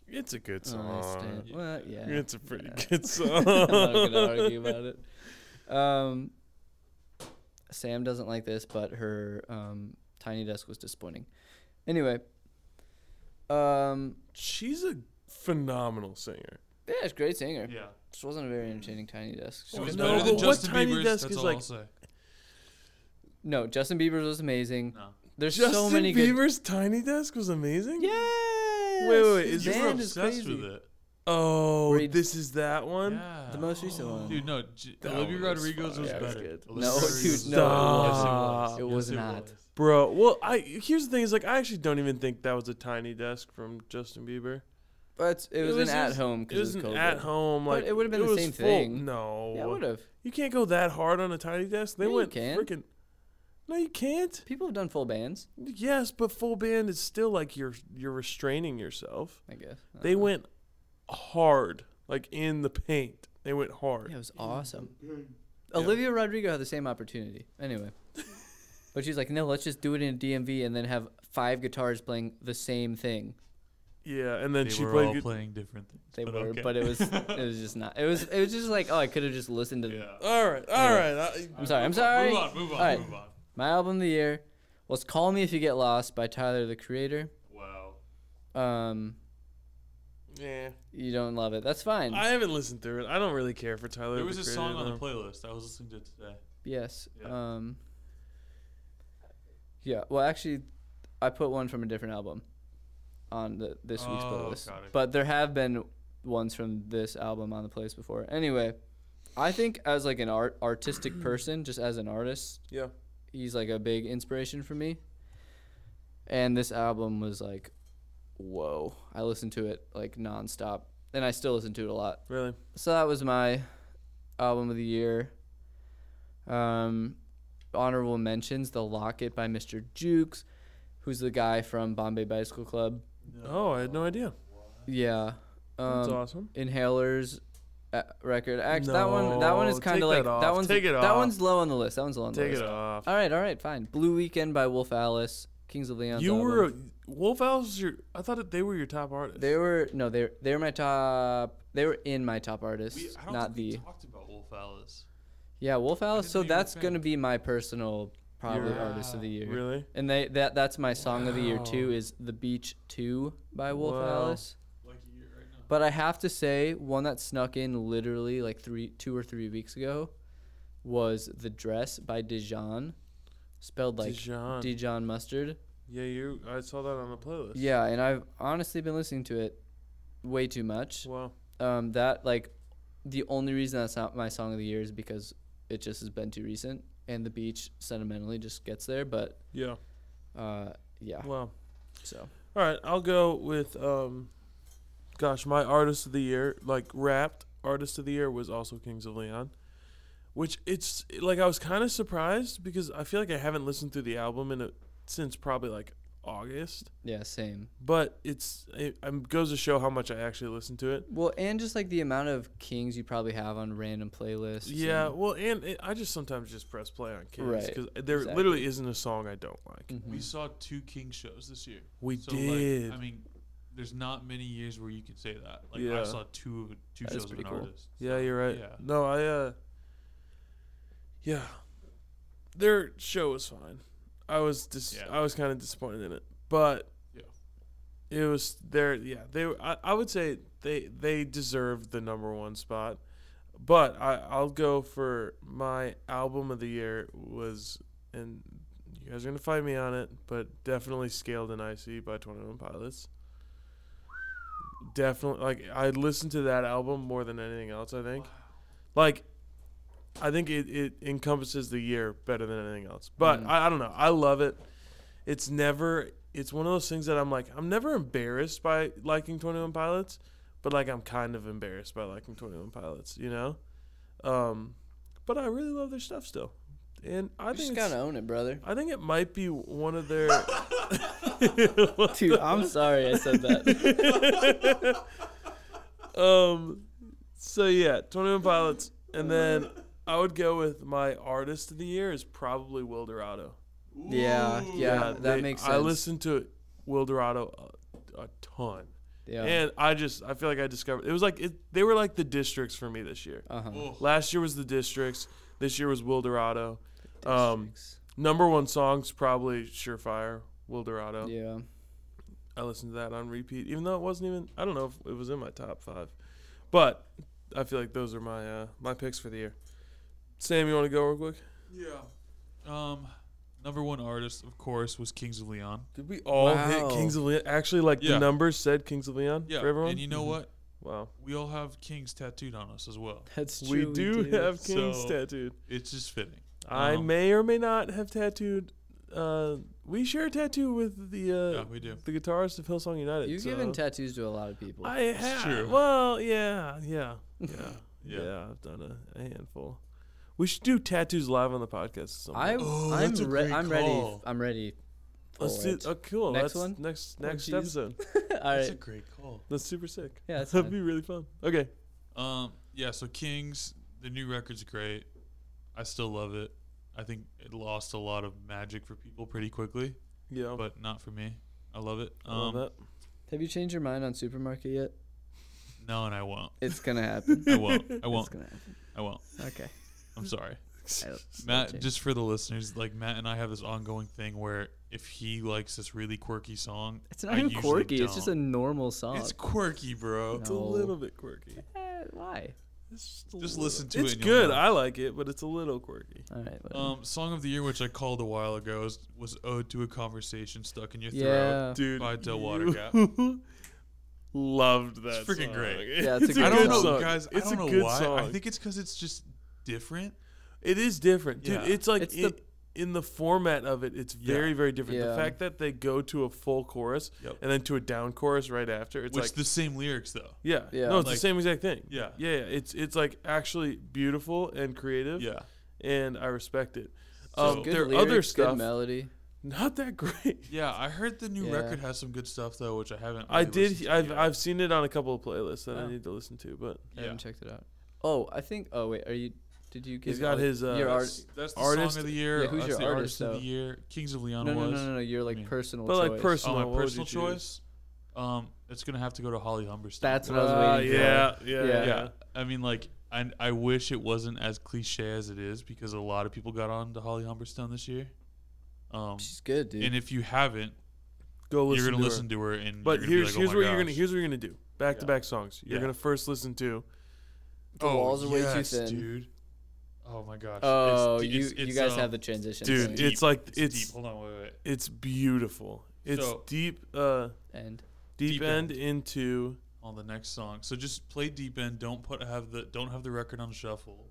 A: It's a good
B: Oh, I understand.
A: song.
B: Well, yeah.
A: It's a pretty
B: Yeah.
A: good
B: I'm not
A: song.
B: gonna argue about it. Um, Sam doesn't like this, but her um, tiny desk was disappointing. Anyway, um,
A: She's a phenomenal singer.
B: Yeah, it's a great singer.
C: Yeah.
B: Just wasn't a very entertaining Tiny Desk.
A: Oh,
C: It was
A: no,
C: better
A: but
C: than
A: what
C: Justin
A: Tiny
C: Bieber's,
A: Desk
C: that's
A: is
C: all
A: like-
C: I'll say.
B: No, Justin Bieber's was amazing.
C: No.
B: There's
A: Justin
B: so many good.
A: Bieber's Tiny Desk was amazing.
B: Yeah.
A: Wait, wait, wait, is
B: His
A: this
C: You were
B: band is
C: obsessed
B: crazy.
C: with it.
A: Oh,
B: Where he-
A: this is that one.
C: Yeah.
B: The most recent one.
C: Dude, no. J-
A: That
C: Olivia
A: one was
C: Rodrigo's
A: fire.
C: was
A: Yeah, it was
C: better.
B: good.
C: Olivia
B: No,
C: Rodrigo's
B: dude,
C: was
A: no,
C: better.
A: Stop.
C: Yes,
B: it
C: it
B: was
C: was. Yes,
B: not.
C: was.
A: Bro, well, I here's the thing is like I actually don't even think that was a tiny desk from Justin Bieber.
B: But it
A: It
B: was,
A: was just-
B: an at home
A: It was
B: because it was
A: an
B: COVID.
A: at home
B: But
A: like
B: it would've been the
A: was
B: same
A: full-
B: thing.
A: No,
B: Yeah, would have.
A: you can't go that hard on a tiny desk. They
B: Yeah, you
A: went
B: can.
A: freaking. No, you can't.
B: People have done full bands,
A: Yes, but full band is still like you're you're restraining yourself.
B: I guess. I
A: They
B: don't know.
A: went hard, like in the paint. They went hard.
B: Yeah, it was awesome. Olivia Rodrigo had the same opportunity. Anyway. but she's like, no, let's just do it in a DMV and then have five guitars playing the same thing.
A: Yeah, and then
C: They
A: she
C: were
A: played.
C: all
A: gu-
C: playing different things.
B: They
C: but
B: were,
C: okay.
B: but it was it was just not. It was it was just like, oh, I could have just listened to
C: Yeah.
A: all right, all right. I,
B: I'm sorry, I'm
C: Move on,
B: sorry.
C: Move on, move on,
B: All right.
C: move on.
B: My album of the year was Call Me If You Get Lost by Tyler the Creator.
C: Wow.
B: Um
A: yeah,
B: you don't love it. That's fine.
A: I haven't listened through it. I don't really care for Tyler.
C: There was
A: the
C: a
A: Creator,
C: song on
A: though.
C: the playlist I was listening to today.
B: yes.
C: Yeah.
B: Um Yeah, well actually I put one from a different album on the, this week's
C: Oh,
B: playlist.
C: got it.
B: But there have been ones from this album on the playlist before. Anyway, I think as like an art artistic person, just as an artist,
A: Yeah.
B: he's like a big inspiration for me. And this album was like, whoa! I listened to it like nonstop, and I still listen to it a lot.
A: Really?
B: So that was my album of the year. Um, honorable mentions: The Locket by Mr. Jukes, who's the guy from Bombay Bicycle Club.
A: Oh, I had no idea.
B: Yeah. Um,
A: That's awesome.
B: Inhalers uh, record. Actually, that one that one is
A: No,
B: kind
A: take
B: of like
A: that
B: that
A: off.
B: one's
A: Take it
B: that
A: off.
B: one's low on the list. That one's low on the
A: Take
B: list.
A: it off.
B: All right, all right, fine. Blue Weekend by Wolf Alice, Kings of Leon.
A: You were a, Wolf Alice. Was your I thought that they were your top artist.
B: They were no, they they were my top. They were in my top artists,
C: We, I don't
B: not
C: think
B: the.
C: we talked about Wolf Alice.
B: yeah, Wolf Alice.
C: didn't
B: So
C: know you were a
B: that's gonna
C: fan.
B: be my personal probably
A: You're-
B: artist of the year.
A: really?
B: And they that that's my song of the year too.
A: Wow.
B: Is The Beach Two by Wolf
A: Wow.
B: Alice.
C: Like a year right now.
B: But I have to say, one that snuck in literally like three, two or three weeks ago, was "The Dress" by Dijon, spelled like
A: Dijon.
B: Dijon mustard.
A: yeah, you. I saw that on the playlist.
B: Yeah, and I've honestly been listening to it way too much.
A: Wow.
B: Um, that like the only reason that's not my song of the year is because it just has been too recent, and the beach sentimentally just gets there. But
A: Yeah.
B: uh, yeah,
A: Wow.
B: so
A: All right, I'll go with um, gosh, my artist of the year, like wrapped artist of the year was also Kings of Leon, which it's like I was kind of surprised because I feel like I haven't listened to the album in a, since probably like August,
B: yeah, same.
A: but it's it, um goes to show how much I actually listened to it.
B: Well, and just like the amount of kings you probably have on random playlists.
A: Yeah,
B: and-
A: well, and it, I just sometimes just press play on Kings
B: Right,
A: because there
B: exactly.
A: literally isn't a song I don't like.
B: Mhm.
C: We saw two King shows this year.
A: We
C: so
A: did.
C: Like, I mean, there's not many years where you can say that. Like
A: Yeah.
C: I saw two of- two
B: That is
C: shows of
B: pretty
C: an
B: cool.
C: artist.
A: Yeah, you're right.
C: yeah.
A: No, I uh Yeah. Their show was fine. I was dis-
C: Yeah.
A: I was kind of disappointed in it. But
C: Yeah.
A: It was their yeah, they were, I, I would say they they deserved the number 1 spot. But I I'll go for my album of the year was and you guys are going to fight me on it, but definitely Scaled and Icy by 21 Pilots definitely like I listened to that album more than anything else. I think, like, I think it, it encompasses the year better than anything else. But
B: Mm.
A: I, I don't know. I love it. It's never. It's one of those things that I'm like I'm never embarrassed by liking Twenty One Pilots, but like I'm kind of embarrassed by liking Twenty One Pilots. You know, um, but I really love their stuff still, and I
B: You just
A: think
B: gotta
A: it's,
B: own it, brother.
A: I think it might be one of their.
B: Dude, I'm sorry I said that.
A: um, so yeah, Twenty One Pilots, and then I would go with my artist of the year is probably Will Dorado.
B: yeah, yeah, that
A: they-
B: makes sense.
A: I listened to Will Dorado a, a ton,
B: Yeah.
A: and I just I feel like I discovered it was like it, they were like the districts for me this year.
B: uh huh.
C: Oh,
A: Last year was the districts. This year was Will Dorado. Um, number one songs probably Surefire, Will Dorado.
B: yeah.
A: I listened to that on repeat, even though it wasn't even. I don't know if it was in my top five, But I feel like those are my uh, my picks for the year. Sam, you want to go real quick?
C: Yeah. Um, number one artist, of course, was Kings of Leon.
A: Did we all
D: Wow.
A: hit Kings of Leon? Actually, like
C: Yeah.
A: the numbers said Kings of Leon
C: Yeah. Mm-hmm.
A: for everyone.
C: And you know what?
A: wow,
C: We all have Kings tattooed on us as well.
B: That's true.
A: we do have Kings
C: So-
A: tattooed.
C: It's just fitting.
A: I
C: Um,
A: may or may not have tattooed. Uh, we share a tattoo with the uh,
C: Yeah, we do.
A: the guitarist of Hillsong United.
B: You've
A: so.
B: given tattoos to a lot of people.
A: uh, I have.
C: true.
A: Well, yeah, yeah, yeah, yeah,
C: Yeah.
A: I've done a, a handful. We should do tattoos live on the podcast. at some
B: I,
A: point.
C: Oh,
B: I'm,
C: that's a
B: re-
C: great
B: I'm ready.
C: call.
B: I'm ready. For
A: Let's do.
B: it.
A: Oh, cool.
B: Next
A: That's
B: one?
A: Next
B: Oh,
A: next
B: jeez.
A: episode.
B: All
C: That's
B: right.
C: a great call.
A: That's super sick.
B: Yeah, that's
A: That'd
B: fine.
A: be really fun. Okay.
C: Um, yeah, so Kings, the new record's great. I still love it. I think it lost a lot of magic for people pretty quickly,
A: Yeah.
C: but not for me. I love it.
A: Oh. I love
C: Um,
A: that.
B: Have you changed your mind on supermarket yet?
C: No, and I won't.
B: It's gonna happen.
C: I won't. I
B: it's
C: won't.
B: gonna happen.
C: I won't.
B: Okay.
C: I'm sorry.
B: I- I'll
C: Matt,
B: change.
C: just for the listeners, like Matt and I have this ongoing thing where if he likes this really quirky song,
B: it's not
C: I
B: even
C: usually
B: quirky. It's just a
C: don't.
B: normal song.
C: It's quirky, bro.
A: It's a
B: No.
A: little bit quirky.
B: Eh, why?
A: It's just a
C: Just
A: little-
C: listen to it
A: It's
C: and you'll
A: good.
C: know.
A: I like it, but it's a little quirky.
B: All right. Whatever.
C: Um, song of the year, which I called a while ago, is, was "Ode to a Conversation Stuck in Your Throat."
B: yeah.
A: Dude,
C: by Del
A: you
C: Water Gap.
A: loved that.
C: It's freaking
A: song.
C: great.
B: Yeah, it's a good
C: I don't
A: good
C: know,
A: song.
C: guys.
A: It's
C: I don't
A: a
C: know
A: good
C: why.
A: song.
C: I think it's because it's just different.
A: It is different, dude.
C: Yeah.
A: It's like
B: It's
A: in-
B: the-
A: in the format of it, it's
C: Yeah.
A: very, very different. The
B: Yeah.
A: fact that they go to a full chorus
C: Yep.
A: and then to a down chorus right after, it's
C: Which
A: like
C: the same lyrics though.
A: yeah,
B: Yeah.
A: no, it's
C: Like-
A: the same exact thing.
C: Yeah.
A: yeah, yeah. It's it's like actually beautiful and creative.
C: Yeah.
A: and I respect it.
C: So-
A: um,
B: good
A: their
B: lyrics,
A: other
B: good
A: stuff,
B: melody.
A: not that great.
C: Yeah, I heard the new
B: Yeah.
C: record has some good stuff though, which I haven't.
A: I
C: really listened
A: did.
C: to
A: I've
C: yet.
A: I've seen it on a couple of playlists that I
B: Oh.
A: need to listen to, but
B: I
C: yeah.
B: haven't checked it out. Oh, I think. Oh wait, are you? Did you? Give
A: he's got
B: all-
A: his uh,
B: your art.
C: That's, that's the
A: Artist-
C: song of the year.
B: Yeah, who's
C: that's
B: your
C: the
B: artist,
C: of the
B: though?
C: year. Kings of Leon
B: No, no,
C: was.
B: no, no, no. Your like
C: mean,
B: personal.
A: but, like,
B: choice.
A: personal-
C: Oh,
A: Uh, What
C: my
A: would you
C: personal
A: choose?
C: choice. Um, it's gonna have to go to Holly Humberstone.
B: That's what I was
A: Uh,
B: waiting for.
A: yeah, yeah, yeah,
B: Yeah.
C: yeah. I mean, like, I I wish it wasn't as cliche as it is because a lot of people got on to Holly Humberstone this year. Um,
B: She's good, dude.
C: and if you haven't,
A: Go listen.
C: you're gonna
A: to her.
C: listen to her, and
A: But
C: you're gonna be
A: here's
C: like, oh
A: here's
C: my
A: what you're
C: gosh.
A: gonna here's what you're gonna do. Back to
C: Yeah.
A: back songs. You're
C: Yeah.
A: gonna first listen to
B: the
C: Oh,
B: walls are way too
C: yes,
B: thin.
C: dude. Oh my gosh.
B: Oh,
C: It's-
B: you
C: it's-
B: you
C: it's,
B: guys
C: um,
B: have the transition.
A: dude,
B: thing.
A: it- It's like- it's-
C: deep. Hold on, wait, wait.
A: it's beautiful. It's
C: So-
A: deep uh
B: and
A: deep,
C: Deep
A: end,
C: End.
A: into
C: On the next song, so just play deep end. Don't put have the don't have the record on shuffle,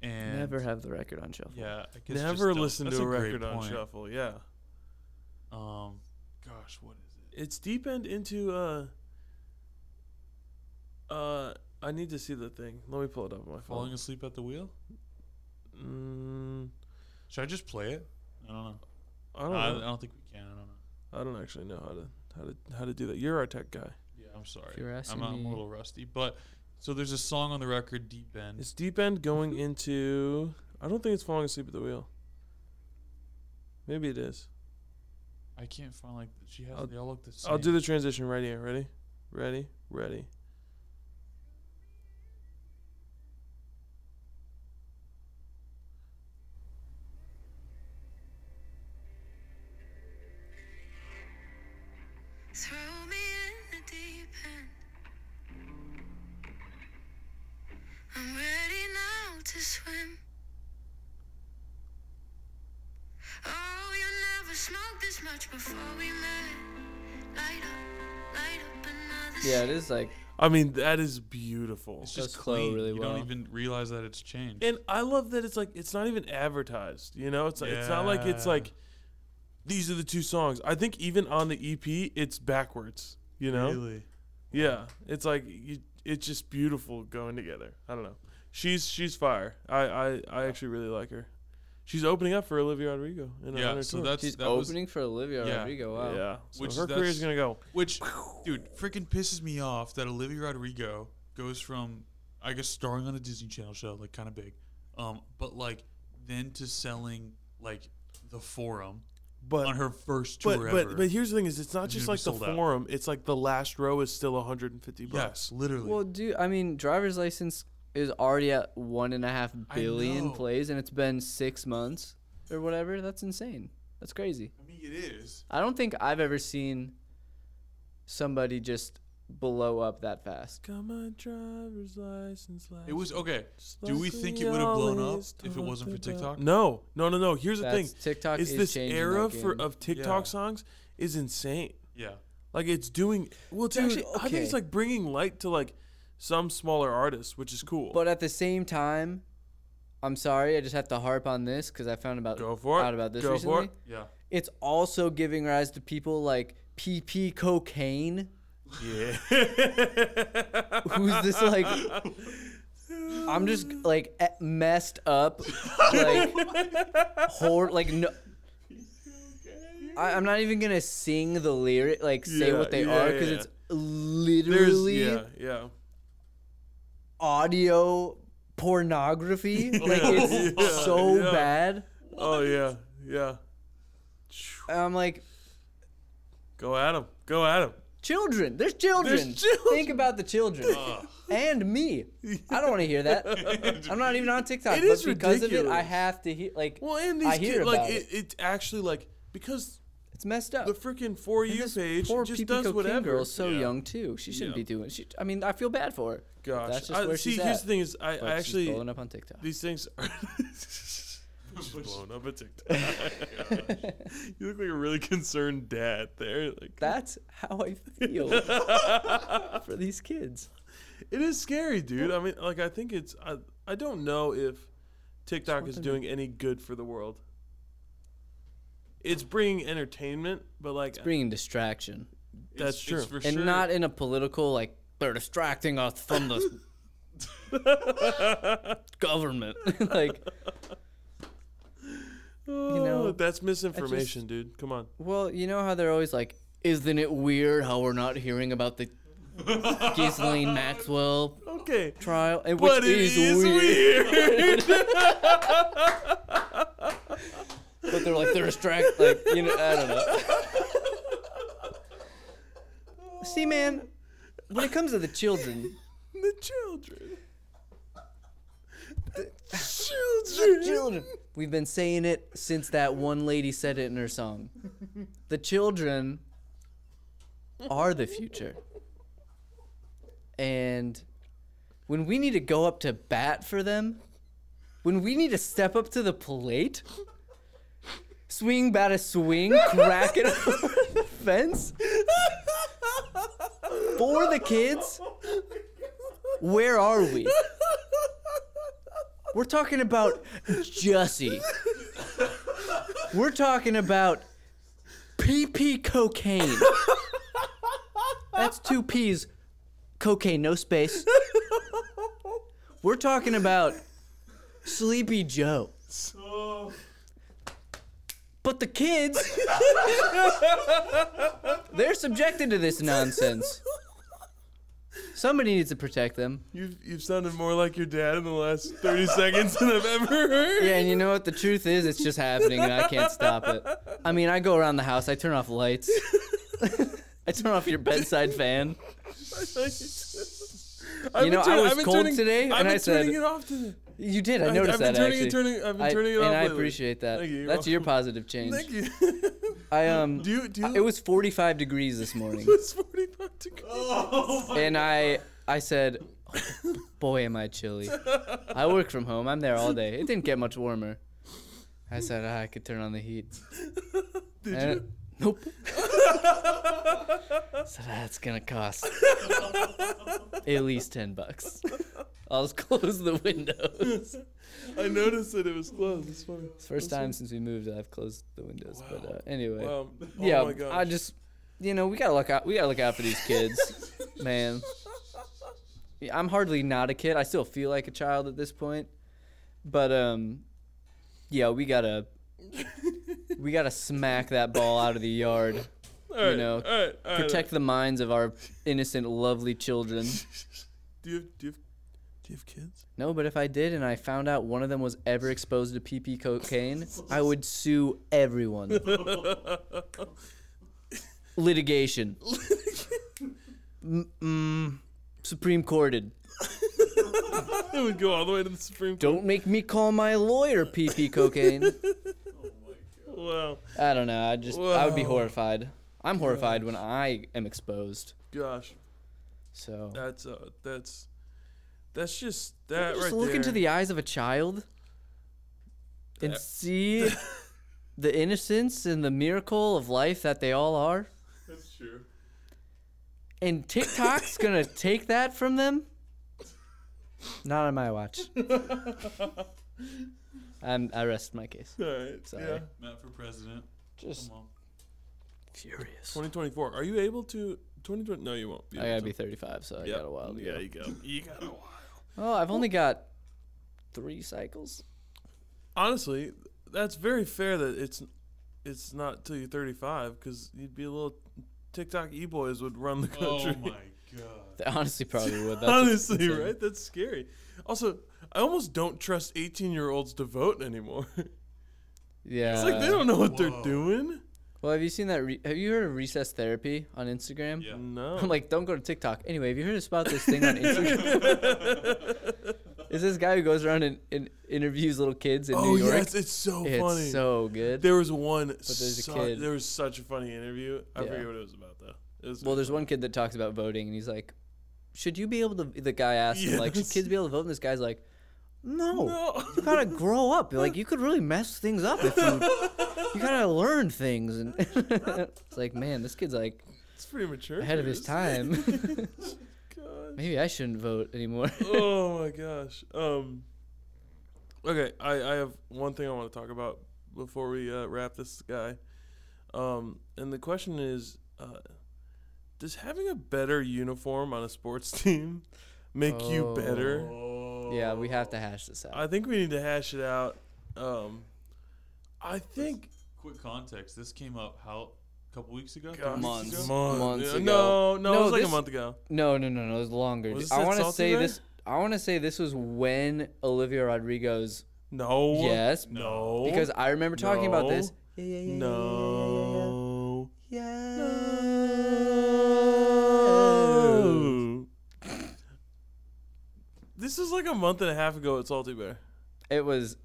C: and
B: never have the record on shuffle.
C: Yeah, I guess just
A: never
C: don't.
A: listen
C: That's
A: to a
C: great
A: record on
C: point.
A: shuffle. Yeah.
C: Um, gosh, what is it?
A: It's deep end into uh uh I need to see the thing. Let me pull it up on my
C: Falling
A: phone.
C: asleep at the wheel?
A: Mm,
C: Should I just play it? I don't know.
A: I don't
C: I I
A: know.
C: don't, think we can. I don't know.
A: I don't actually know how to how to how to do that. You're our tech guy.
C: Yeah, I'm sorry.
B: If you're asking
C: I'm, I'm
B: me-
C: a little rusty, but so there's a song on the record, Deep End.
A: It's deep end going into I don't think it's falling asleep at the wheel. Maybe it is.
C: I can't find like she has.
A: I'll-
C: they all look the same.
A: I'll do the transition right here. Ready? Ready? Ready.
E: Throw me in the deep end. I'm ready now to swim. Oh, you never smoked this much before we met. Light up, light up another
B: Yeah, it is like
A: I mean, that is beautiful.
C: It's
B: Does
C: just
B: flow
C: clean.
B: really
C: you
B: well.
C: don't even realize that it's changed.
A: And I love that it's like it's not even advertised. You know, it's it's not like it's
C: Yeah.
A: like these are the two songs. I think even on the EP, it's backwards. You know?
C: Really?
A: Yeah, it's like you, it's just beautiful going together. I don't know. She's she's fire. I I, I actually really like her. She's opening up for Olivia Rodrigo. In on
C: Yeah.
A: her
C: So
A: tour.
C: that's
B: she's
C: that was
B: opening for Olivia
C: Yeah.
B: Rodrigo. Wow.
A: yeah. So
C: Which
A: her career's
C: that's-
A: gonna go.
C: Which, dude, freaking pisses me off that Olivia Rodrigo goes from, I guess, starring on a Disney Channel show, like kind of big, um, but like then to selling like the Forum
A: But
C: on her first tour
A: but,
C: ever.
A: but but here's the thing is it's not
C: It's
A: just
C: gonna be
A: like the
C: sold out.
A: forum it's like the last row is still 150 bucks
C: yes, literally.
B: Well, dude, I mean, driver's license is already at one and a half
C: I
B: billion
C: know.
B: plays, and it's been six months or whatever. That's insane. That's crazy.
C: I mean, it is.
B: I don't think I've ever seen somebody just blow up that fast.
A: Got my driver's license. Last
C: It was okay. Do we think it would have blown up if it wasn't for TikTok?
A: No, no, no, no. Here's the thing:
B: That's- TikTok
A: is
B: is
A: this
B: changing that
A: era for
B: game.
A: of TikTok
C: Yeah.
A: songs is insane.
C: Yeah.
A: Like it's doing well. It's
B: Dude,
A: actually, I think it's
B: okay.
A: like bringing light to like some smaller artists, which is cool.
B: But at the same time, I'm sorry, I just have to harp on this because I found about
A: Go for it.
B: out about this
A: Go
B: recently.
A: for it.
C: Yeah.
B: It's also giving rise to people like PP cocaine.
A: yeah,
B: Who's this like? I'm just like e- messed up, like hor like no. I, I'm not even gonna sing the lyric, like say
A: Yeah,
B: what they
A: yeah,
B: are, because
A: yeah.
B: it's
A: there's
B: literally
A: yeah, yeah.
B: audio pornography. like
A: Yeah.
B: it's
A: Yeah,
B: so
A: yeah.
B: bad.
A: Oh yeah, yeah.
B: I'm like,
A: Go at him. Go at him.
B: children. There's children. Think about the children and me. I don't want to hear that. I'm not even on TikTok.
A: It
B: but
A: is
B: because of it, I
A: ridiculous.
B: have to hear. Like,
A: Well, and these
B: I hear
A: kids,
B: about
A: like
B: it.
A: it, it's actually like because
B: It's messed up.
A: the freaking for
B: And
A: you
B: this
A: page
B: poor
A: just
B: PP
A: does
B: cocaine
A: whatever.
B: Girl's so
C: Yeah.
B: young too. She shouldn't
C: Yeah.
B: be doing. She, I mean, I feel bad for her. But
A: Gosh,
B: that's just
A: I-
B: where
A: see,
B: she's
A: here's
B: at.
A: the thing is, I,
B: But
A: I actually
B: she's blowing up on TikTok.
A: these things are. She's blown up a TikTok. you look like a really concerned dad there. Like
B: That's how I feel for these kids.
A: it is scary, dude. I mean, like I think it's I I don't know if TikTok is doing any good for the world. It's bringing entertainment, but like
B: Bringing distraction,
A: that's
C: It's-
A: true.
C: It's for
B: and
C: sure.
B: not in a political like they're distracting us from the government. like,
A: Oh,
B: know,
A: that's misinformation, dude. Come on.
B: well, you know how they're always like, isn't it weird how we're not hearing about the Ghislaine Maxwell
A: Okay,
B: trial? And
A: but
B: which
A: it is,
B: weird.
A: weird.
B: But they're like they're distracted, like you know. I don't know. See, man, when it comes to the children,
A: the children. The children.
B: children, we've been saying it since that one lady said it in her song. The children are the future, and when we need to go up to bat for them, when we need to step up to the plate, swing bat a swing, crack it over the fence for the kids. Where are we? We're talking about Jussie. We're talking about PP cocaine. That's two P's. Cocaine, no space. We're talking about Sleepy Joe. But the kids, they're subjected to this nonsense. Somebody needs to protect them.
A: You've, you've sounded more like your dad in the last 30 seconds than I've ever heard.
B: Yeah, and you know what? The truth is, it's just happening, and I can't stop it. I mean, I go around the house, I turn off lights, I turn off your bedside fan.
A: I've
B: You
A: been
B: know, I
A: turn-
B: was
A: I've been
B: cold
A: turning,
B: today,
A: I've
B: and
A: been
B: I said-
A: turning it off today.
B: You did. I
A: I-
B: noticed
A: I've been
B: that
A: turning,
B: actually.
A: turning, I've been
B: I-
A: turning it
B: and
A: off
B: I
A: lately.
B: appreciate that.
A: Thank you, you're
B: That's your
A: welcome.
B: positive change.
A: Thank you.
B: I um,
A: do you, do you
B: it was 45 degrees this morning,
A: it's 45 degrees.
B: Oh, and I I said, "Boy, am I chilly." I work from home. I'm there all day. It didn't get much warmer. I said "Ah, I could turn on the heat.
A: Did
B: And-
A: you?
B: Nope. so that's gonna cost at least ten bucks. I'll just close the windows.
A: I noticed that it was closed. It's funny.
B: It's the first time since we moved that I've closed the windows. But uh, anyway,
A: Um, oh
B: yeah,
A: my gosh.
B: I just you know we gotta look out. We gotta look out for these kids, man. Yeah, I'm hardly not a kid. I still feel like a child at this point, but um, yeah, we gotta we gotta smack that ball out of the yard.
A: all right,
B: know,
A: all right, all right.
B: protect the minds of our innocent, lovely children.
A: Do you, have, do, you have, do you have kids?
B: No, but if I did and I found out one of them was ever exposed to PP cocaine, I would sue everyone. Litigation. Mm-mm. Supreme Courted.
A: It would go all the way to the Supreme Court.
B: Don't make me call my lawyer PP cocaine.
A: Wow.
B: I don't know. I just, I would be
A: Whoa.
B: horrified. I'm horrified when I am exposed.
A: Gosh.
B: So
A: That's uh, that's that's just that
B: just
A: right
B: look
A: there.
B: into the eyes of a child and see the innocence and the miracle of life that they all are.
A: That's true.
B: And TikTok's gonna take that from them? Not on my watch. I'm, I rest my case.
A: All right.
B: Sorry.
A: Yeah.
C: Matt for president.
B: Just
C: Come on.
B: furious.
A: 2024. Are you able to 2020? No, you won't.
B: I gotta be 35, so I
A: Yep.
B: got a while to
A: Yeah,
B: go.
A: you go. You got a while.
B: Oh, I've only got three cycles.
A: Honestly, that's very fair that it's it's not till you're 35 because you'd be a little TikTok e boys would run the country.
C: Oh my god.
B: They honestly probably would. That's what's
A: Honestly,
B: insane.
A: right? That's scary. Also, I almost don't trust 18 year olds to vote anymore.
B: Yeah.
A: it's like they don't know what they're
C: Whoa.
A: doing.
B: Well, have you seen that? Re- have you heard of recess therapy on Instagram?
C: Yeah.
A: No.
B: I'm like, don't go to TikTok. Anyway, have you heard about this thing on Instagram? It's this guy who goes around and, and interviews little kids in
A: oh
B: New York.
A: yes, it's so
B: it's
A: funny.
B: so good.
A: There was one.
B: there's a
A: su-
B: kid.
A: There was such a funny interview. I
B: Yeah.
A: forget what it was about though. It was
B: well, there's one kid that talks about voting, and he's like, "Should you be able to?" The guy asks him, "Like, should
A: Yes.
B: kids be able to vote?" And this guy's like, "No,
A: No.
B: you gotta grow up. Like, you could really mess things up if you you gotta learn things." And it's like, man, this kid's like
A: It's pretty mature.
B: ahead of
A: for
B: his
A: this.
B: time.
A: God.
B: Maybe I shouldn't vote anymore.
A: oh my gosh. Um. Okay, I I have one thing I want to talk about before we uh, wrap this guy. Um, and the question is, uh, does having a better uniform on a sports team make you better?
B: Oh. yeah, we have to hash this out.
A: Oh. I think we need to hash it out. Um, I think
C: Quick context. This came up how a couple weeks ago. Three
A: Gosh,
C: weeks
B: Months.
C: ago?
A: Month-
B: Months
A: yeah,
B: ago.
A: uh, No, no, it
B: No,
A: was like a
B: this-
A: month ago.
B: No, no, no, no. It was longer.
A: Was this
B: I
A: at
B: want to
A: Salty
B: say
A: Bay?
B: this. I want to say this was when Olivia Rodrigo's.
A: No.
B: yes,
A: No.
B: because I remember talking about this.
A: Oh. No. no.
B: Yeah.
A: Oh. This is like a month and a half ago at Salty Bear.
B: It was,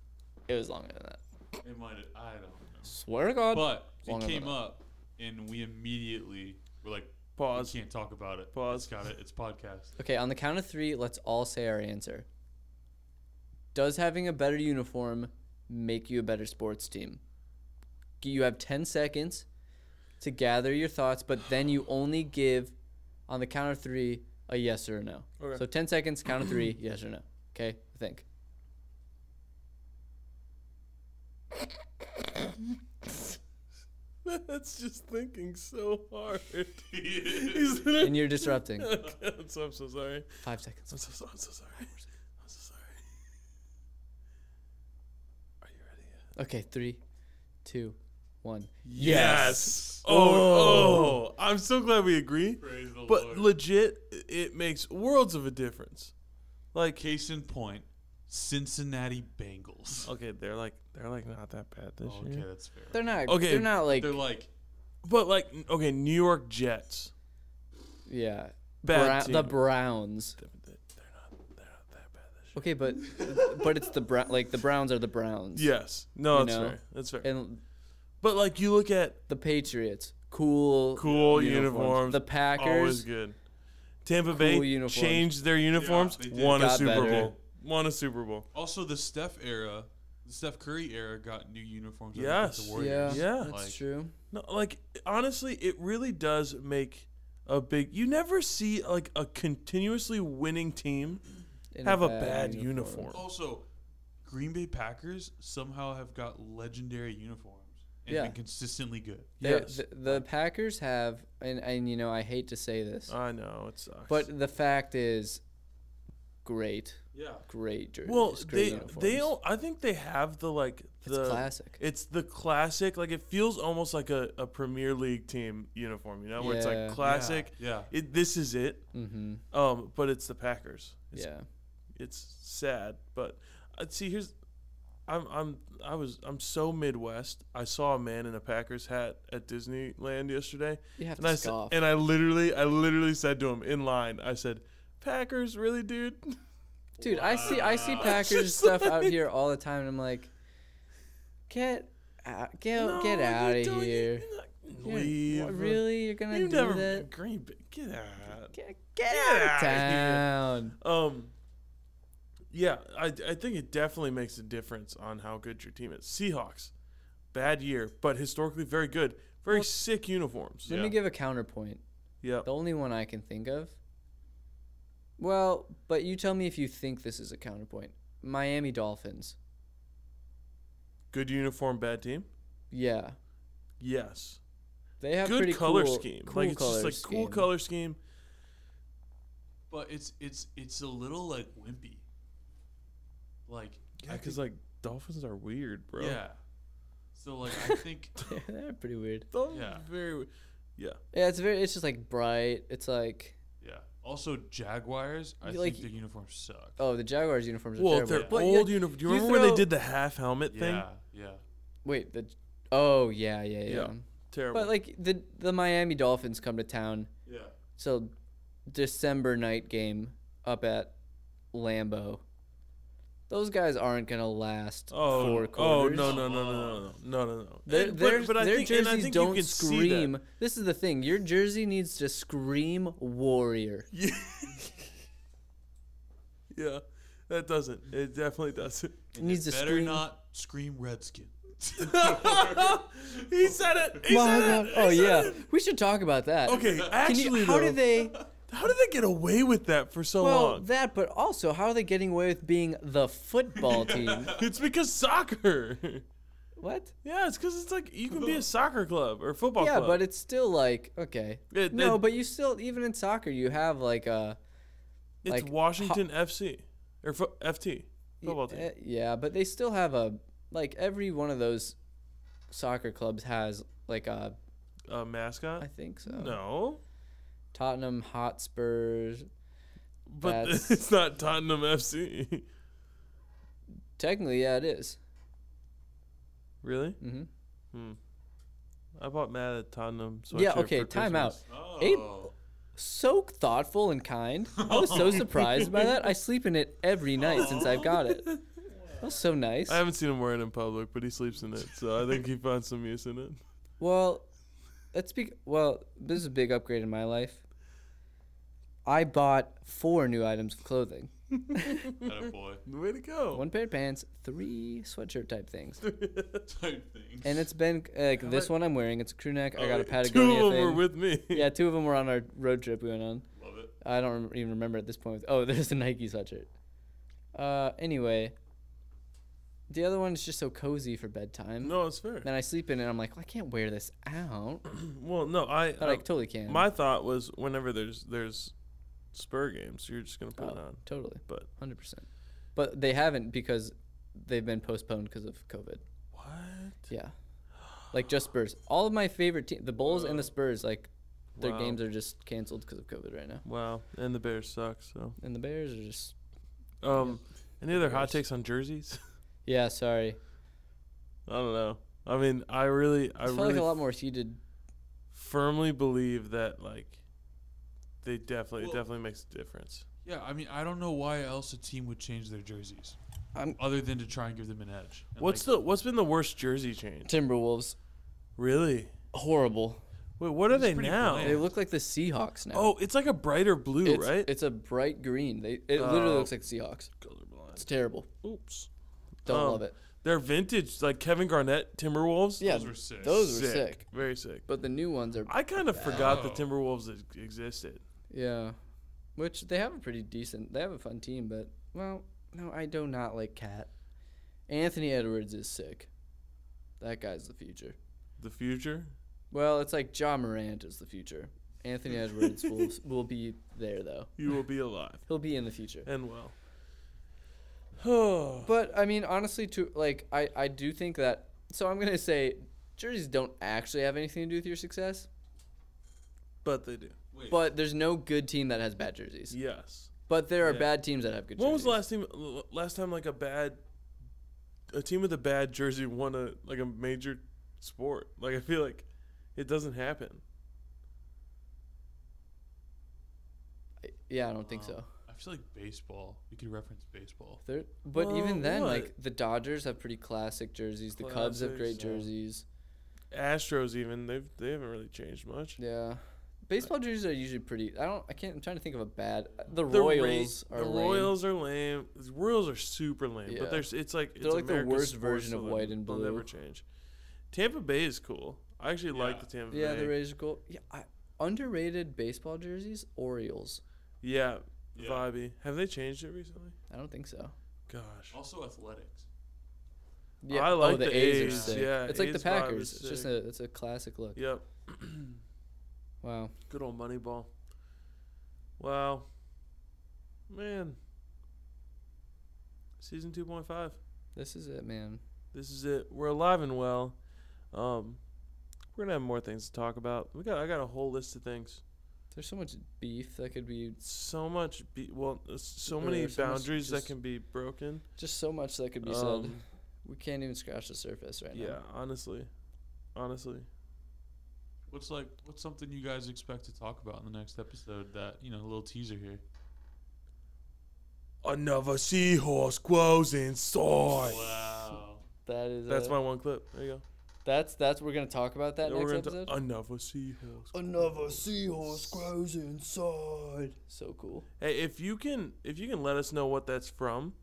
B: it was longer than that.
C: It might have, I don't know.
B: Swear to God.
C: But it
B: Longer
C: came
B: than
C: up and we immediately were like,
A: Pause.
C: we can't talk about it.
A: Pause.
C: It's got it. It's podcast.
B: okay, on the count of three, let's all say our answer. Does having a better uniform make you a better sports team? You have ten seconds to gather your thoughts, but then you only give, on the count of three, a yes or a no.
A: Okay.
B: So ten seconds, count of three, yes or no. Okay, think.
A: That's just thinking so hard. He's literally-
B: And you're disrupting.
A: I'm so, I'm so sorry.
B: Five seconds.
A: I'm so, so, I'm so sorry. I'm so sorry. Are you ready?
B: Okay, three, two, one.
A: Yes. Oh, oh. I'm so glad we agree.
C: Praise the
A: But
C: Lord.
A: legit, it makes worlds of a difference. Like
C: Case in point, Cincinnati Bengals. Oh,
A: Okay, they're like they're like not that bad this
C: Okay,
A: year.
C: that's fair.
B: They're not.
A: Okay,
B: Okay. They're not like.
C: They're like,
A: But like n- okay, New York Jets.
B: yeah. Brown-
A: Bad
B: the
A: team.
B: Browns.
A: They're not they're not that bad this
B: Okay, but but it's the Brown. Like the Browns are the Browns.
A: year. Yes. No,
B: You
A: that's
B: know?
A: fair. That's fair.
B: And
A: but like you look at
B: the Patriots, cool.
A: cool uniforms.
B: The
A: always
B: Packers.
A: good. Tampa Bay
B: uniforms.
A: changed their uniforms,
C: they did.
A: won a
B: Got
A: Super
B: better.
A: Bowl. Won a Super Bowl.
C: also the Steph era, the Steph Curry era got new uniforms.
A: Yes. Yeah.
C: The
B: Yeah.
C: Warriors.
A: Yeah.
B: That's
C: Like-
B: true.
A: No, like honestly, it really does make a big. You never see like a continuously winning team
B: In
A: have a bad, uniform.
C: Also, Green Bay Packers somehow have got legendary uniforms and
B: Yeah.
C: been consistently good.
B: They-
A: Yes.
B: The, the Packers have, and and you know I hate to say this,
A: I know it sucks.
B: but the fact is, great,
C: Yeah.
B: great jerseys.
A: well,
B: great
A: they they
B: uniforms.
A: don't. I think they have the like
B: It's
A: the
B: classic.
A: It's the classic. Like it feels almost like a, a Premier League team uniform. You know, where it's
B: Yeah.
A: like classic.
C: Yeah.
A: It, this is it.
B: Mm-hmm.
A: Um, but it's the Packers. It's,
B: Yeah.
A: it's sad, but uh, see here's I'm I'm I was I'm so Midwest. I saw a man in a Packers hat at Disneyland yesterday.
B: You have
A: and
B: to
A: I s-
B: scoff.
A: and I literally I literally said to him in line, I said, "Packers, really, dude?"
B: Dude, I see I see Packers
A: Just
B: stuff out
A: like-
B: here all the time, and I'm like, get out, get
A: No,
B: get
A: you
B: out of
A: don't- you-
B: Oh, here.
A: you're not- Leave.
B: What, really? You're gonna
A: You've
B: do
A: never
B: that?
A: Green Bay. Get out.
B: Get, get out
A: Get
B: of town.
A: Um. Yeah, I, I think it definitely makes a difference on how good your team is. Seahawks, bad year, but historically very good. Very sick uniforms.
B: Let
C: Yeah.
B: me give a counterpoint.
A: Yeah.
B: The only one I can think of. Well, but you tell me if you think this is a counterpoint. Miami Dolphins.
A: Good uniform, bad team?
B: Yeah.
A: Yes.
B: They have pretty
A: good color
B: cool,
A: scheme.
B: Cool
A: like it's
B: color
A: just like cool
B: scheme.
A: color scheme.
C: But it's it's it's a little like wimpy. Like
A: Yeah,
C: I
A: because like
C: think-
A: dolphins are weird, bro.
C: yeah. So like I think
B: Yeah, they're pretty weird.
A: Dolphins
C: Yeah.
A: are very. we- Yeah.
B: Yeah, it's very. It's just like bright. It's like
C: yeah. Also Jaguars, I
B: You like-
C: think their uniforms suck.
B: oh, the Jaguars uniforms are
A: Well,
B: terrible.
A: they're
C: Yeah.
B: But yeah,
A: old uniform. Do you,
B: you
A: remember when they
B: throw-
A: did the half helmet thing?
C: yeah, yeah.
B: Wait, the oh yeah, yeah, yeah.
A: Yeah. Terrible.
B: But like the the Miami Dolphins come to town.
C: Yeah.
B: So December night game up at Lambeau. Those guys aren't gonna last
A: oh,
B: four
A: oh
B: quarters.
A: no no no no no no no no. no.
B: Their,
A: And-
B: their, their
A: and
B: jerseys
A: you
B: don't
A: can see that.
B: scream. This is the thing. Your jersey needs to scream warrior.
A: Yeah. yeah. That doesn't. It definitely doesn't.
B: It needs to
C: Better
B: scream.
C: not scream Redskin.
A: He said it. He
B: My
A: said
B: God.
A: it.
B: Oh yeah, we should talk about that.
A: Okay,
B: Can you-
A: actually,
B: how
A: though,
B: do they?
A: how did they get away with that for so
B: Well,
A: long?
B: that, but also, how are they getting away with being the football team?
A: it's because soccer.
B: What?
A: yeah, it's because it's like you can be a soccer club or a football
B: Yeah,
A: club.
B: but it's still like okay.
A: It-
B: no,
A: it-
B: but you still even in soccer you have like a
A: it's
B: like,
A: Washington FC or fo- FT football team.
B: eh, yeah, but they still have a like every one of those soccer clubs has like a
A: A uh, mascot?
B: I think so.
A: no,
B: Tottenham Hotspurs.
A: but
B: that's-
A: it's not Tottenham FC.
B: Technically, yeah, it is.
A: really? Hmm.
B: Mm-hmm.
A: I bought Matt a Tottenham sweatshirt.
B: Yeah. Okay.
A: for
B: Time out.
A: Christmas.
C: Oh.
B: Abe, so thoughtful and kind. I was so surprised by that. I sleep in it every night since I've got it. That was so nice.
A: I haven't seen him wearing it in public, but he sleeps in it, so I think he finds some use in it.
B: Well, let's be. Well, this is a big upgrade in my life. I bought four new items of clothing:
C: Atta boy.
A: Way to go!
B: one pair of pants, three sweatshirt type things,
C: Type thing.
B: and it's been uh, like this one I'm wearing. It's a crew neck. I got a
A: Two
B: Patagonia
A: of them
B: thing.
A: were with me.
B: yeah, two of them were on our road trip we went on.
C: Love it.
B: I don't rem- even remember at this point. oh, there's a Nike sweatshirt. Uh, anyway, the other one is just so cozy for bedtime.
A: No, it's fair.
B: Then I sleep in it. and I'm like, well, I can't wear this out,
A: Well, no, I.
B: but
A: I-
B: I totally can.
A: my thought was whenever there's there's Spur games, you're just gonna put it
B: Oh,
A: on.
B: Totally.
A: But-
B: hundred percent. But they haven't because they've been postponed because of COVID.
A: What?
B: Yeah. Like just Spurs. All of my favorite team, the Bulls and the Spurs, like their
A: Wow.
B: games are just canceled because of COVID right now.
A: Wow. And the Bears suck. So,
B: And the Bears are just
A: um, any other hot
B: Bears.
A: takes on jerseys?
B: yeah. Sorry.
A: I don't know. I mean, I really, I
B: I felt
A: really
B: like a lot more heated.
A: firmly believe that like they definitely it
C: Well-
A: definitely makes a difference.
C: Yeah, I mean, I don't know why else a team would change their jerseys,
B: I'm-
C: other than to try and give them an edge. And,
A: What's
C: like,
A: the what's been the worst jersey change?
B: Timberwolves
A: Really?
B: horrible.
A: Wait, what are they
C: pretty
A: now?
C: bland.
B: They look like the Seahawks now.
A: Oh, it's like a brighter blue,
B: it's,
A: right?
B: It's a bright green. They it literally
A: Oh.
B: looks like Seahawks.
A: colorblind.
B: It's terrible.
A: Oops.
B: Don't
A: Um,
B: love it.
A: They're vintage, like Kevin Garnett Timberwolves.
B: Yeah,
C: Those were sick.
B: those were sick.
A: Very sick.
B: But the new ones are
A: I kind of forgot the
C: Wow.
A: Timberwolves ex- existed.
B: Yeah. Which they have a pretty decent they have a fun team, but well, no, I do not like Cat. Anthony Edwards is sick. That guy's the future.
A: The future?
B: Well, it's like Ja Morant is the future. Anthony Edwards will will be there though.
A: You will be alive
B: He'll be in the future.
A: and well. Oh.
B: But I mean, honestly, to like, I I do think that. So I'm gonna say, jerseys don't actually have anything to do with your success.
A: but they do.
C: Wait,
B: But there's no good team that has bad jerseys.
A: Yes.
B: But there are
A: Yeah.
B: bad teams that have good.
A: When was
B: jerseys.
A: the last team? l- Last time, like a bad, a team with a bad jersey won a like a major sport. Like I feel like it doesn't happen.
B: Yeah, I don't think
A: Oh.
B: so.
C: um, I feel like baseball. We could reference baseball.
B: There, but
A: Well,
B: even then,
A: what?
B: like the Dodgers have pretty classic jerseys. The Cubs have great
A: Classics, yeah.
B: jerseys.
A: Astros even they've they haven't really changed much.
B: Yeah. Baseball jerseys are usually pretty. I don't. I can't. I'm trying to think of a bad. The,
A: The Ra-
B: Royals are
A: the
B: lame.
A: Royals are lame. The Royals are super lame.
B: Yeah.
A: But there's it's like it's
B: They're like the
A: America's
B: worst
A: sports,
B: version
A: so
B: of
A: they'll-
B: white and
A: They'll never
B: blue.
A: change. Tampa Bay is cool. I actually like
C: Yeah.
A: the Tampa
B: Yeah, the
A: Bay.
B: Rays are cool. Yeah, I, underrated baseball jerseys. Orioles.
A: yeah,
C: Yeah.
A: vibey. Have they changed it recently?
B: I don't think so.
A: Gosh.
C: Also athletics.
A: I
B: oh,
A: like the
C: A's,
A: yeah,
B: it's like
A: A's
B: the
A: vibe
B: Packers.
A: is
B: It's just
A: sick.
B: a. It's a classic look.
A: Yep.
B: Wow.
A: Good old Moneyball. Wow. Man. Season 2.5.
B: This is it, man.
A: This is it. We're alive and well. Um, we're gonna have more things to talk about. We got I got a whole list of things.
B: There's so much beef that could be.
A: So much. Be- well, uh, so
B: Or
A: many
B: so much
A: boundaries that
B: just-
A: can be broken.
B: Just so much that could be said.
A: Um,
B: We can't even scratch the surface right
A: yeah.
B: now.
A: Honestly. Honestly.
C: What's like what's something you guys expect to talk about in the next episode that, you know, a little teaser here.
A: Another seahorse grows inside.
C: Wow.
B: That is.
A: That's
B: uh,
A: my one clip. There you go.
B: That's that's we're gonna talk about that
A: Yeah,
B: next
A: we're gonna uh,
B: episode.
A: ta- another seahorse.
B: Another seahorse grows inside. So cool.
A: Hey, if you can, if you can let us know what that's from,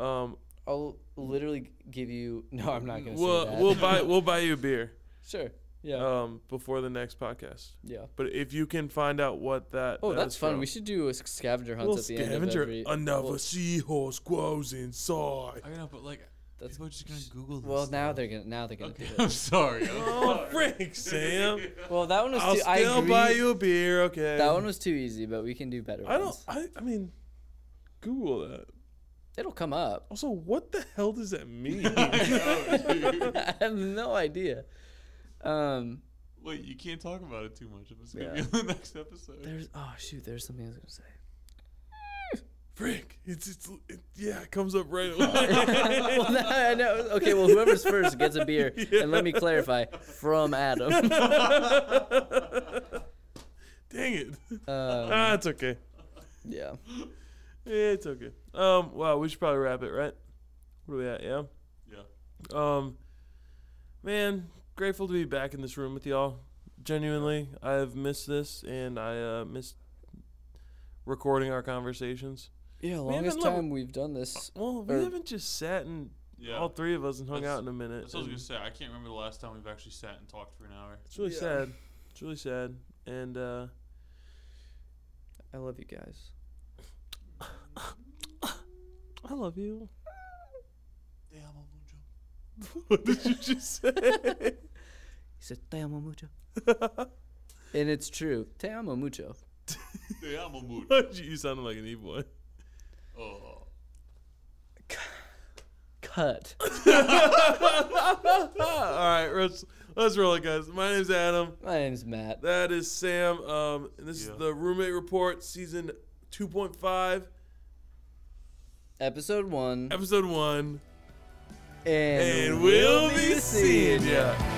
A: um,
B: I'll literally give you. No, I'm not gonna
A: we'll
B: say that.
A: we'll buy we'll buy you a beer,
B: sure. Yeah.
A: um, before the next podcast.
B: yeah.
A: But if you can find out what that,
B: Oh,
A: that
B: that's
A: is
B: fun.
A: from.
B: We should do a sc- scavenger hunt
A: Little
B: at the end of
A: scavenger.
B: every.
A: Another
B: Well,
A: seahorse grows inside.
C: I know, but like
B: that's,
C: people are just gonna Google this.
B: well, now
C: stuff.
B: they're gonna now they're gonna
C: Okay,
B: do
C: I'm
B: it.
C: sorry. I'm
A: Oh,
C: sorry.
A: Frank, Sam.
B: Well, that one was
A: I'll
B: too.
A: still
B: I agree.
A: buy you a beer. Okay.
B: That one was too easy, but we can do better.
A: I don't.
B: ones.
A: I. I mean, Google that.
B: It'll come up.
A: Also, what the hell does that mean?
B: I have no idea. Um,
C: Wait, you can't talk about it too much. If it's gonna
B: Yeah.
C: be on the next episode.
B: there's oh shoot, there's something I was gonna say.
A: Frank, it's it's it, yeah, it comes up right away.
B: well, now I know. Okay, well, whoever's first gets a beer, and let me clarify, from Adam.
A: Dang it.
B: Uh,
A: Ah, it's okay.
B: yeah,
A: Yeah, it's okay. Um, well, we should probably wrap it, right? What are we at? Yeah.
C: Yeah.
A: Um, man, grateful to be back in this room with y'all. Genuinely, I have missed this, and I uh, missed recording our conversations.
B: yeah.
A: We haven't
B: Longest
A: level-
B: time we've done this.
A: Well, we
B: Or-
A: haven't just sat and
C: Yeah.
A: all three of us and hung
C: That's-
A: out in a minute.
C: That's what I was
A: and
C: gonna say. I can't remember the last time we've actually sat and talked for an hour.
A: It's really
B: Yeah.
A: sad. It's really sad. And uh,
B: I love you guys.
A: I love you.
C: Damn, I'm gonna jump.
A: what did you just say?
B: He said, "Te amo mucho," and it's true. Te amo mucho.
C: Damn, I'm gonna
A: you sounded like an e-boy.
C: Oh.
B: Cut.
A: all right, let's let's roll it, guys. My name's Adam.
B: My name's Matt.
A: That is Sam. Um, and this
C: Yeah.
A: is the Roommate Report, season 2.5,
B: Episode one,
A: episode one.
B: and,
A: And we'll be seeing
B: ya.
A: ya.